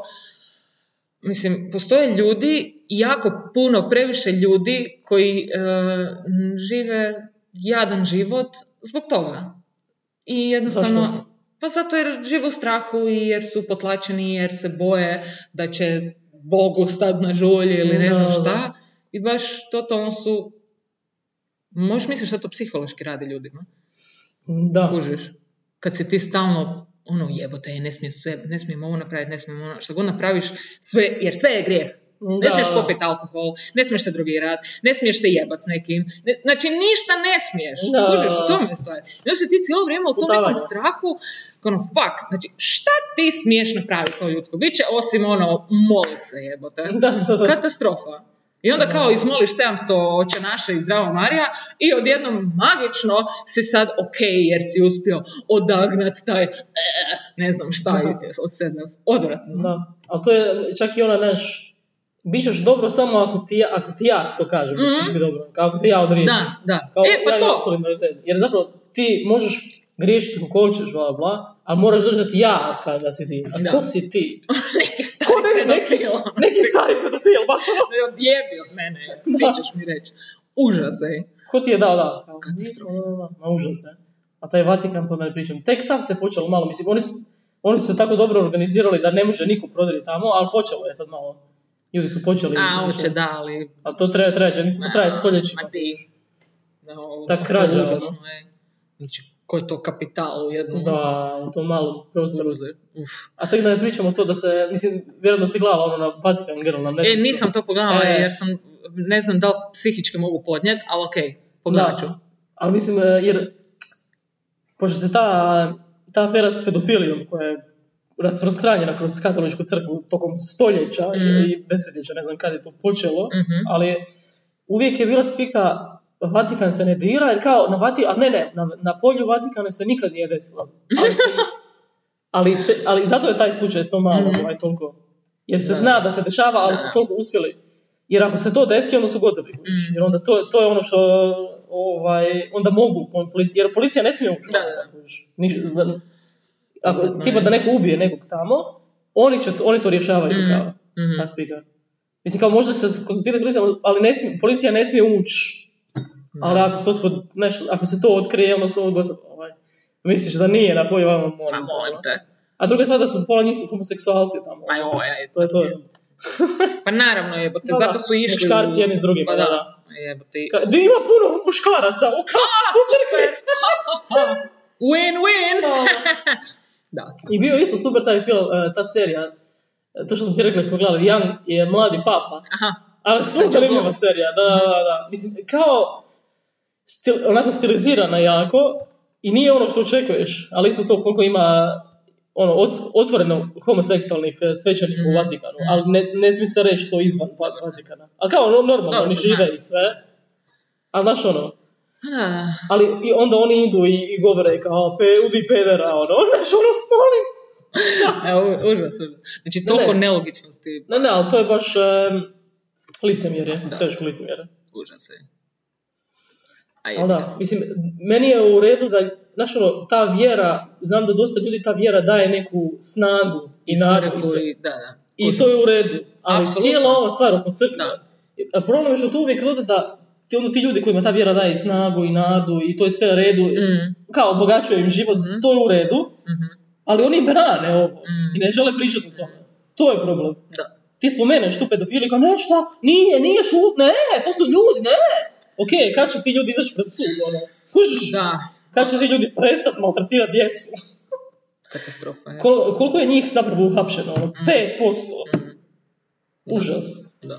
A: mislim, postoje ljudi, jako puno, previše ljudi koji e, m, žive jadan život zbog toga. I jednostavno...
B: Zašto?
A: Pa zato jer žive u strahu i jer su potlačeni, jer se boje da će Bogu stad na žulji ili ne znam
B: Da, da.
A: šta. I baš totalno su... Možeš misliti šta to psihološki radi ljudima?
B: Da.
A: Kužiš? Kad si ti stalno ono jebote, ne smijem sve, ne smijem ovo napraviti, ne smijem ono, šta god napraviš, sve, jer sve je grijeh. Ne
B: Da,
A: smiješ
B: da.
A: popiti alkohol, ne smiješ se drogirati, ne smiješ se jebat s nekim. Ne- znači, ništa ne smiješ.
B: Da.
A: Kužiš, u tome je stvar. I onda si ti cijelo vrijeme u tom nekom
B: Sputavanje.
A: strahu, kao ono, fuck, znači, šta ti smiješ napraviti kao ljudsko biće, osim ono, molit se jebote.
B: Da, da, da.
A: Katastrofa. I onda kao izmoliš 700 oče naše i zdravo Marija i odjednom magično si sad ok jer si uspio odagnat taj eh, ne znam šta je od sebe. Odvratno.
B: Da. Ali to je čak i ona naš bit ćeš dobro samo ako ti ja, ako ti ja to kažem, da ćeš biti dobro. Kao Ako ti ja odriješim.
A: Mhm. Da, da.
B: Kao,
A: e, pa
B: ja imam
A: to.
B: apsolutni invaliditet. Jer zapravo ti možeš griješiti kako hoćeš, bla, bla, ali moraš doći da ti ja kažem da si ti. A
A: Da.
B: ko si ti?
A: Neki stari
B: ne, ne,
A: pedofil.
B: Neki stari pedofil, baš ono.
A: Odjebi od mene, ti
B: Da.
A: ćeš mi reći. Užasaj.
B: Ko ti je dao, da. Kao,
A: Katastrofa.
B: Da, da, da, Ma užas, ne? A taj Vatikan, to da ne pričam. Tek sad se počelo malo, mislim, oni su, oni su se tako dobro organizirali da ne može niko prodati tamo, ali počelo je sad malo. Ljudi su počeli.
A: A,
B: više.
A: hoće da, ali...
B: A to treba, treba, će, mislim, to traje stoljećima.
A: Ma ti. Da, ovo,
B: Ta
A: to
B: krađa,
A: je
B: ono.
A: užasno, je. Znači, ko je to kapital u jednom...
B: Da, u tom malom prostoru.
A: Uzor. Uf.
B: A tek da ne pričamo to da se, mislim, vjerojatno si gledala ono na Vatikan Girl na
A: E,
B: Netflixu.
A: nisam to pogledala
B: E.
A: jer sam, ne znam da li psihički mogu podnijeti, ali okej, pogledat ću.
B: Da. Ali mislim, e, jer pošto se ta, ta afera s pedofilijom koja je rasprostranjena kroz katoličku crkvu tokom stoljeća
A: Mm.
B: i desetljeća, ne znam kad je to počelo,
A: Mhm.
B: ali je- uvijek je bila spika Vatikan se ne dira, jer kao na Vati, a ne, ne, na, na polju Vatikana se nikad nije desilo. Ali, se- ali, se, ali zato je taj slučaj s tom malom,
A: Mhm.
B: ovaj, toliko. Jer se
A: Da.
B: zna da se dešava, ali
A: Da,
B: su
A: da.
B: toliko uspjeli. Jer ako se to desi, onda su gotovi.
A: Mm.
B: kužiš. Jer onda to, to je ono što ovaj, onda mogu policija, jer policija ne smije uopće.
A: Da, da, Mm.
B: Niš- za- ako,
A: Ne.
B: tipa da neko ubije nekog tamo, oni, će, to- oni to rješavaju
A: Mhm.
B: kao
A: Mhm.
B: ta spika. Mislim, kao može se konzultirati policija, ali ne smije, policija ne smije ući. Ali ako se to, spod, znaš, ako se to otkrije, onda su ono gotovo. Ovaj. Misliš da nije na polju vama
A: Ma
B: molim.
A: Pa
B: ono.
A: molim te.
B: A druga stvar da su pola njih su homoseksualci tamo.
A: Ma joj, aj,
B: To je to.
A: Pa naravno jebote,
B: Da, da.
A: zato su išli... u-
B: Muškarci jedni s drugima,
A: Pa
B: da,
A: Jebote.
B: Ka- Da ima puno muškaraca u kao u crkvi.
A: Win-win! Da.
B: I bio je isto super taj film, eh, ta serija. Eh, To što sam ti rekla, smo gledali, Young je mladi papa.
A: Aha.
B: Ali
A: Sa
B: stvarno zanimljiva
A: Johnom.
B: serija, da, da, da, da. Mislim, kao, stil- onako stilizirana jako i nije ono što očekuješ, ali isto to koliko ima ono, ot- otvoreno homoseksualnih eh, svećenika
A: Mm.
B: u Vatikanu, ali ne, ne smije se reći to izvan Va- Vatikana. Ali kao, no, normalno,
A: Dobro,
B: oni žive
A: da.
B: i sve, ali znaš ono,
A: Da, da.
B: ali i onda oni idu i, i govore kao, pe, ubi pedera, ono, znaš ono, molim.
A: Evo, užas, užas. Znači, toliko
B: Ne.
A: nelogičnosti.
B: Ne, ne, ali to je baš em, licemjerje,
A: Da.
B: teško licemjerje.
A: Užas je. Aj,
B: Ali da, mislim, meni je u redu da, znaš ono, ta vjera, znam da dosta ljudi ta vjera daje neku snagu i nadu i, sve.
A: Da, da.
B: I
A: Kužim.
B: to je u redu, ali
A: Apsolutno.
B: cijela ova stvar oko crkve,
A: Da.
B: a problem je što to uvijek doda da ti, onda ti ljudi kojima ta vjera daje i snagu i nadu i to je sve u redu,
A: Mm,
B: kao obogaćuje im život,
A: Mhm.
B: to je u redu,
A: mhm,
B: ali oni brane ovo
A: Mm.
B: i ne žele pričati o tome. To je problem.
A: Da.
B: Ti spomeneš tu pedofiliju kao nešto, nije, nije šut, ne, to su ljudi, ne. Ok, kad će ti ljudi izaći pred sud, ono, kužiš?
A: Da.
B: Kad će ti ljudi prestati maltretirati djecu?
A: Katastrofa je.
B: Kol- koliko je njih zapravo uhapšeno? Ono, 5%.
A: Mm.
B: Užas.
A: Da.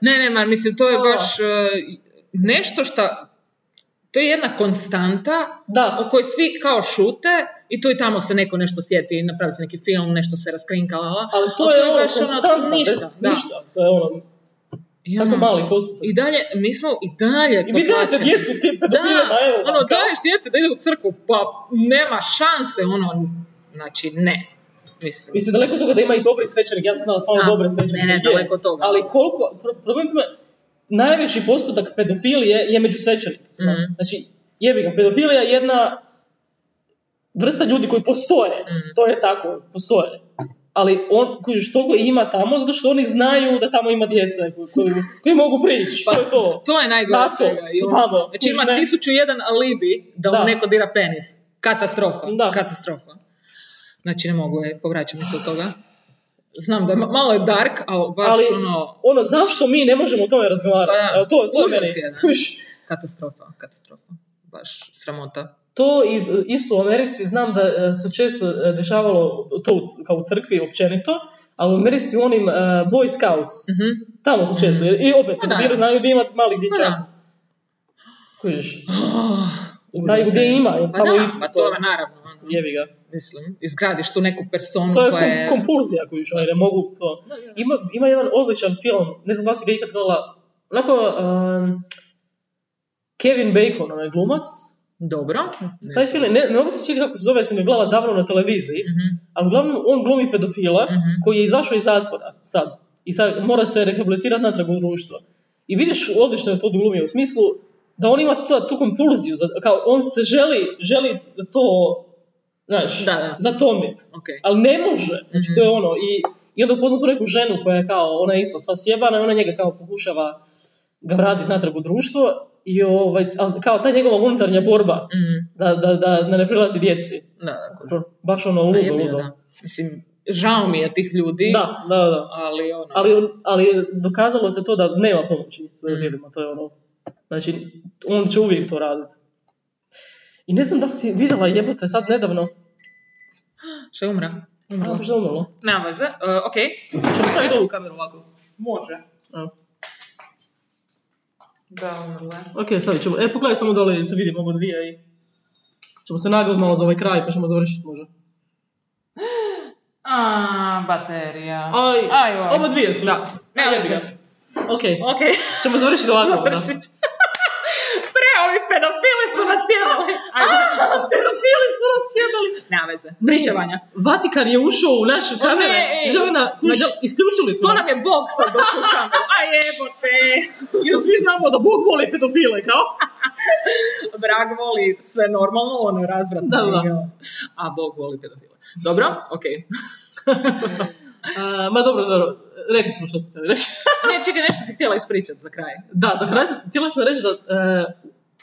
A: ne, ne, ma, mislim, to je
B: Da.
A: baš e, nešto šta... To je jedna konstanta
B: Da,
A: o kojoj svi kao šute i tu i tamo se neko nešto sjeti i napravi se neki film, nešto se raskrinka, la, la.
B: ali to
A: Ali
B: je ono,
A: baš ono,
B: konstantno,
A: ništa, da.
B: ništa. To je ono,
A: I ono,
B: tako mali postupak.
A: I dalje, mi smo i dalje
B: I vi dajete
A: potlačeni.
B: djecu tim
A: Da,
B: pedofilima, evo vam,
A: ono,
B: kao.
A: daješ dijete da ide u crkvu, pa nema šanse, ono, znači, ne. Mislim,
B: Mislim, daleko od toga da ima i dobri svečanik, ja sam znala samo
A: A,
B: dobre svečanike.
A: ne, ne,
B: je.
A: daleko od toga.
B: Ali koliko, pro- problem je, najveći postotak pedofilije je među svećanicima.
A: Mhm.
B: Znači, jebi ga, pedofilija je jedna vrsta ljudi koji postoje.
A: Mhm.
B: To je tako, postoje. Ali on, kužiš, toliko ima tamo, zato što oni znaju da tamo ima djece koji, koji- koji mogu prići.
A: Pa,
B: to je to.
A: to je najgore
B: Zato
A: od svega. I
B: su
A: ono,
B: tamo,
A: Znači
B: kužiš,
A: ima
B: ne?
A: tisuću i jedan alibi da,
B: Da.
A: mu neko dira penis. Katastrofa.
B: Da.
A: Katastrofa. Znači ne mogu je, povraćam se od toga. Znam da je ma- malo je dark, ali baš
B: Ali-
A: ono
B: Ono, zašto mi ne možemo o tome razgovarati?
A: Pa da,
B: Evo, to, to je
A: užas
B: meni.
A: je, da.
B: kužiš.
A: katastrofa, katastrofa. Baš sramota.
B: To i e, isto u Americi znam da e, se često e, dešavalo to u c- kao u crkvi općenito, ali u Americi u onim e, Boy Scouts,
A: Mhm.
B: tamo se često, jer- i opet,
A: Pa da. Pa
B: pedofili znaju gdje ima malih dječaka.
A: da.
B: Kužiš,
A: Ah,
B: znaju
A: užas
B: gdje
A: je.
B: ima, jer
A: Pa
B: tamo
A: da,
B: i-
A: pa
B: to
A: to je naravno. ono,
B: jebi ga.
A: Mislim, izgradiš tu neku personu
B: To je
A: koja je...
B: kom- kompulzija koju žele, ne mogu to. Ima, ima jedan odličan film, ne znam da li si ga ikad gledala, onako um, Kevin Bacon, onaj glumac,
A: Dobro. Ne
B: taj
A: znam.
B: film, je- ne, ne mogu se sjetiti kako se zove, sam ga gledala davno na televiziji,
A: Mhm,
B: ali uglavnom on glumi pedofila,
A: mhm.
B: koji je izašao iz zatvora sad. I sad mora se rehabilitirati natrag u društvo. I vidiš odlično je to glumio, u smislu da on ima tu, tu kompulziju, za- kao on se želi, želi da to, znaš,
A: Da, Mhm. da.
B: zatomit.
A: Ok.
B: Ali ne može, znači to je ono, i, i onda upozna tu neku ženu koja je kao, ona je isto sva sjebana i ona njega kao pokušava ga vratiti natrag u društvo i ovaj, ali kao ta njegova unutarnja borba
A: Mm,
B: da, da, da, da ne prilazi djeci.
A: da, da, kužim.
B: Baš ono
A: Pa
B: ludo,
A: jebi ga,
B: ludo.
A: da. Mislim, žao mi je tih ljudi,
B: Da, da, da.
A: ali ono...
B: Ali, on- ali dokazalo se to da nema pomoći svojim
A: Mm.
B: ljudima, to je ono. Znači, on će uvijek to raditi. I ne znam da li si vidjela jebote sad nedavno.
A: Šta je umra?
B: A,
A: Umrla.
B: pa što je umrlo?
A: Nema veze. E, ok.
B: Ćemo staviti ovu kameru ovako.
A: Može.
B: Evo.
A: Da, umrla je.
B: Ok, stavit ćemo. E, pogledaj samo dole se vidimo oba dvije i... Ćemo se nagrad malo za ovaj kraj pa ćemo završiti možda.
A: A, baterija.
B: Aj,
A: Aj, ovaj. aj.
B: oba dvije su. Da.
A: Nema
B: jebi ga.
A: veze.
B: Ok,
A: Ok,
B: ćemo završiti ovako. onda.
A: završit ću. Pre, ovi pedofili su nas jebali. Ajde. pedofili su nas jebali. Nema veze. Priča Vanja.
B: Vatikan je ušao u naše kamere.
A: ne, ej.
B: Žena,
A: Znači,
B: žel- isključili su
A: To
B: nas.
A: nam je Bog sad došao u kameru. A jebote.
B: Jer svi znamo da Bog voli pedofile, kao?
A: Vrag voli sve normalno, on je razvratno.
B: Da, da.
A: A Bog voli pedofile. Dobro, ok.
B: A, ma dobro, dobro, rekli smo što smo htjeli reći.
A: Ne, čekaj, nešto si htjela ispričati za kraj.
B: Da, za kraj sam- htjela sam reći da e,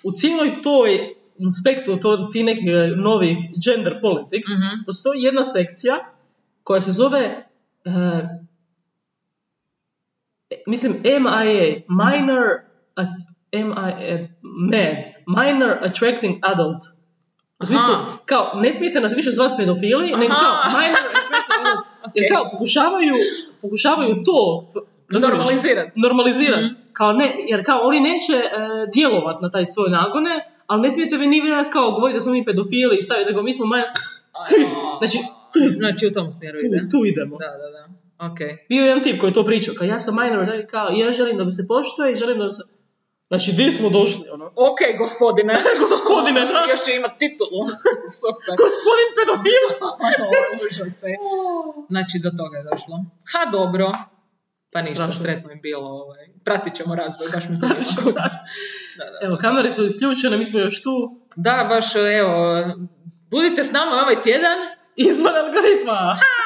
B: u cijeloj toj spektru to, ti nekih e, novih gender politics
A: Mhm.
B: postoji jedna sekcija koja se zove e, e, mislim MIA, Minor a, MIA, MAD, Minor Attracting Adult. U smislu,
A: Aha.
B: kao, ne smijete nas više zvati pedofili, nego
A: Aha.
B: kao minor attracting adult. Jer
A: Ok.
B: kao, pokušavaju, pokušavaju to razumiješ?
A: Normalizirat.
B: normaliziran.
A: Mhm.
B: Kao ne, jer kao oni neće djelovati djelovat na taj svoj nagone, ali ne smijete vi ni vi nas kao govoriti da smo mi pedofili i staviti, nego mi smo maj... Znači, tu,
A: Znači u tom smjeru ide.
B: tu, tu idemo.
A: Da, da, da. Ok.
B: Bio je jedan tip koji je to pričao, kao ja sam minor, da, kao ja želim da me se poštuje i želim da me se... Znači, gdje smo došli, ono?
A: Ok, gospodine.
B: Gospodine, da.
A: Još će imat titulu. Super.
B: Gospodin pedofil!
A: Ono, Užas se. Znači, do toga je došlo. Ha, dobro. Pa ništa,
B: Strašno.
A: sretno im bilo. Ovaj. Pratit ćemo razvoj, baš mi zanima.
B: Znači, kod nas.
A: Da, da.
B: Evo, kamere su isključene, mi smo još tu.
A: da, baš, evo, budite s nama ovaj tjedan.
B: Izvan algoritma!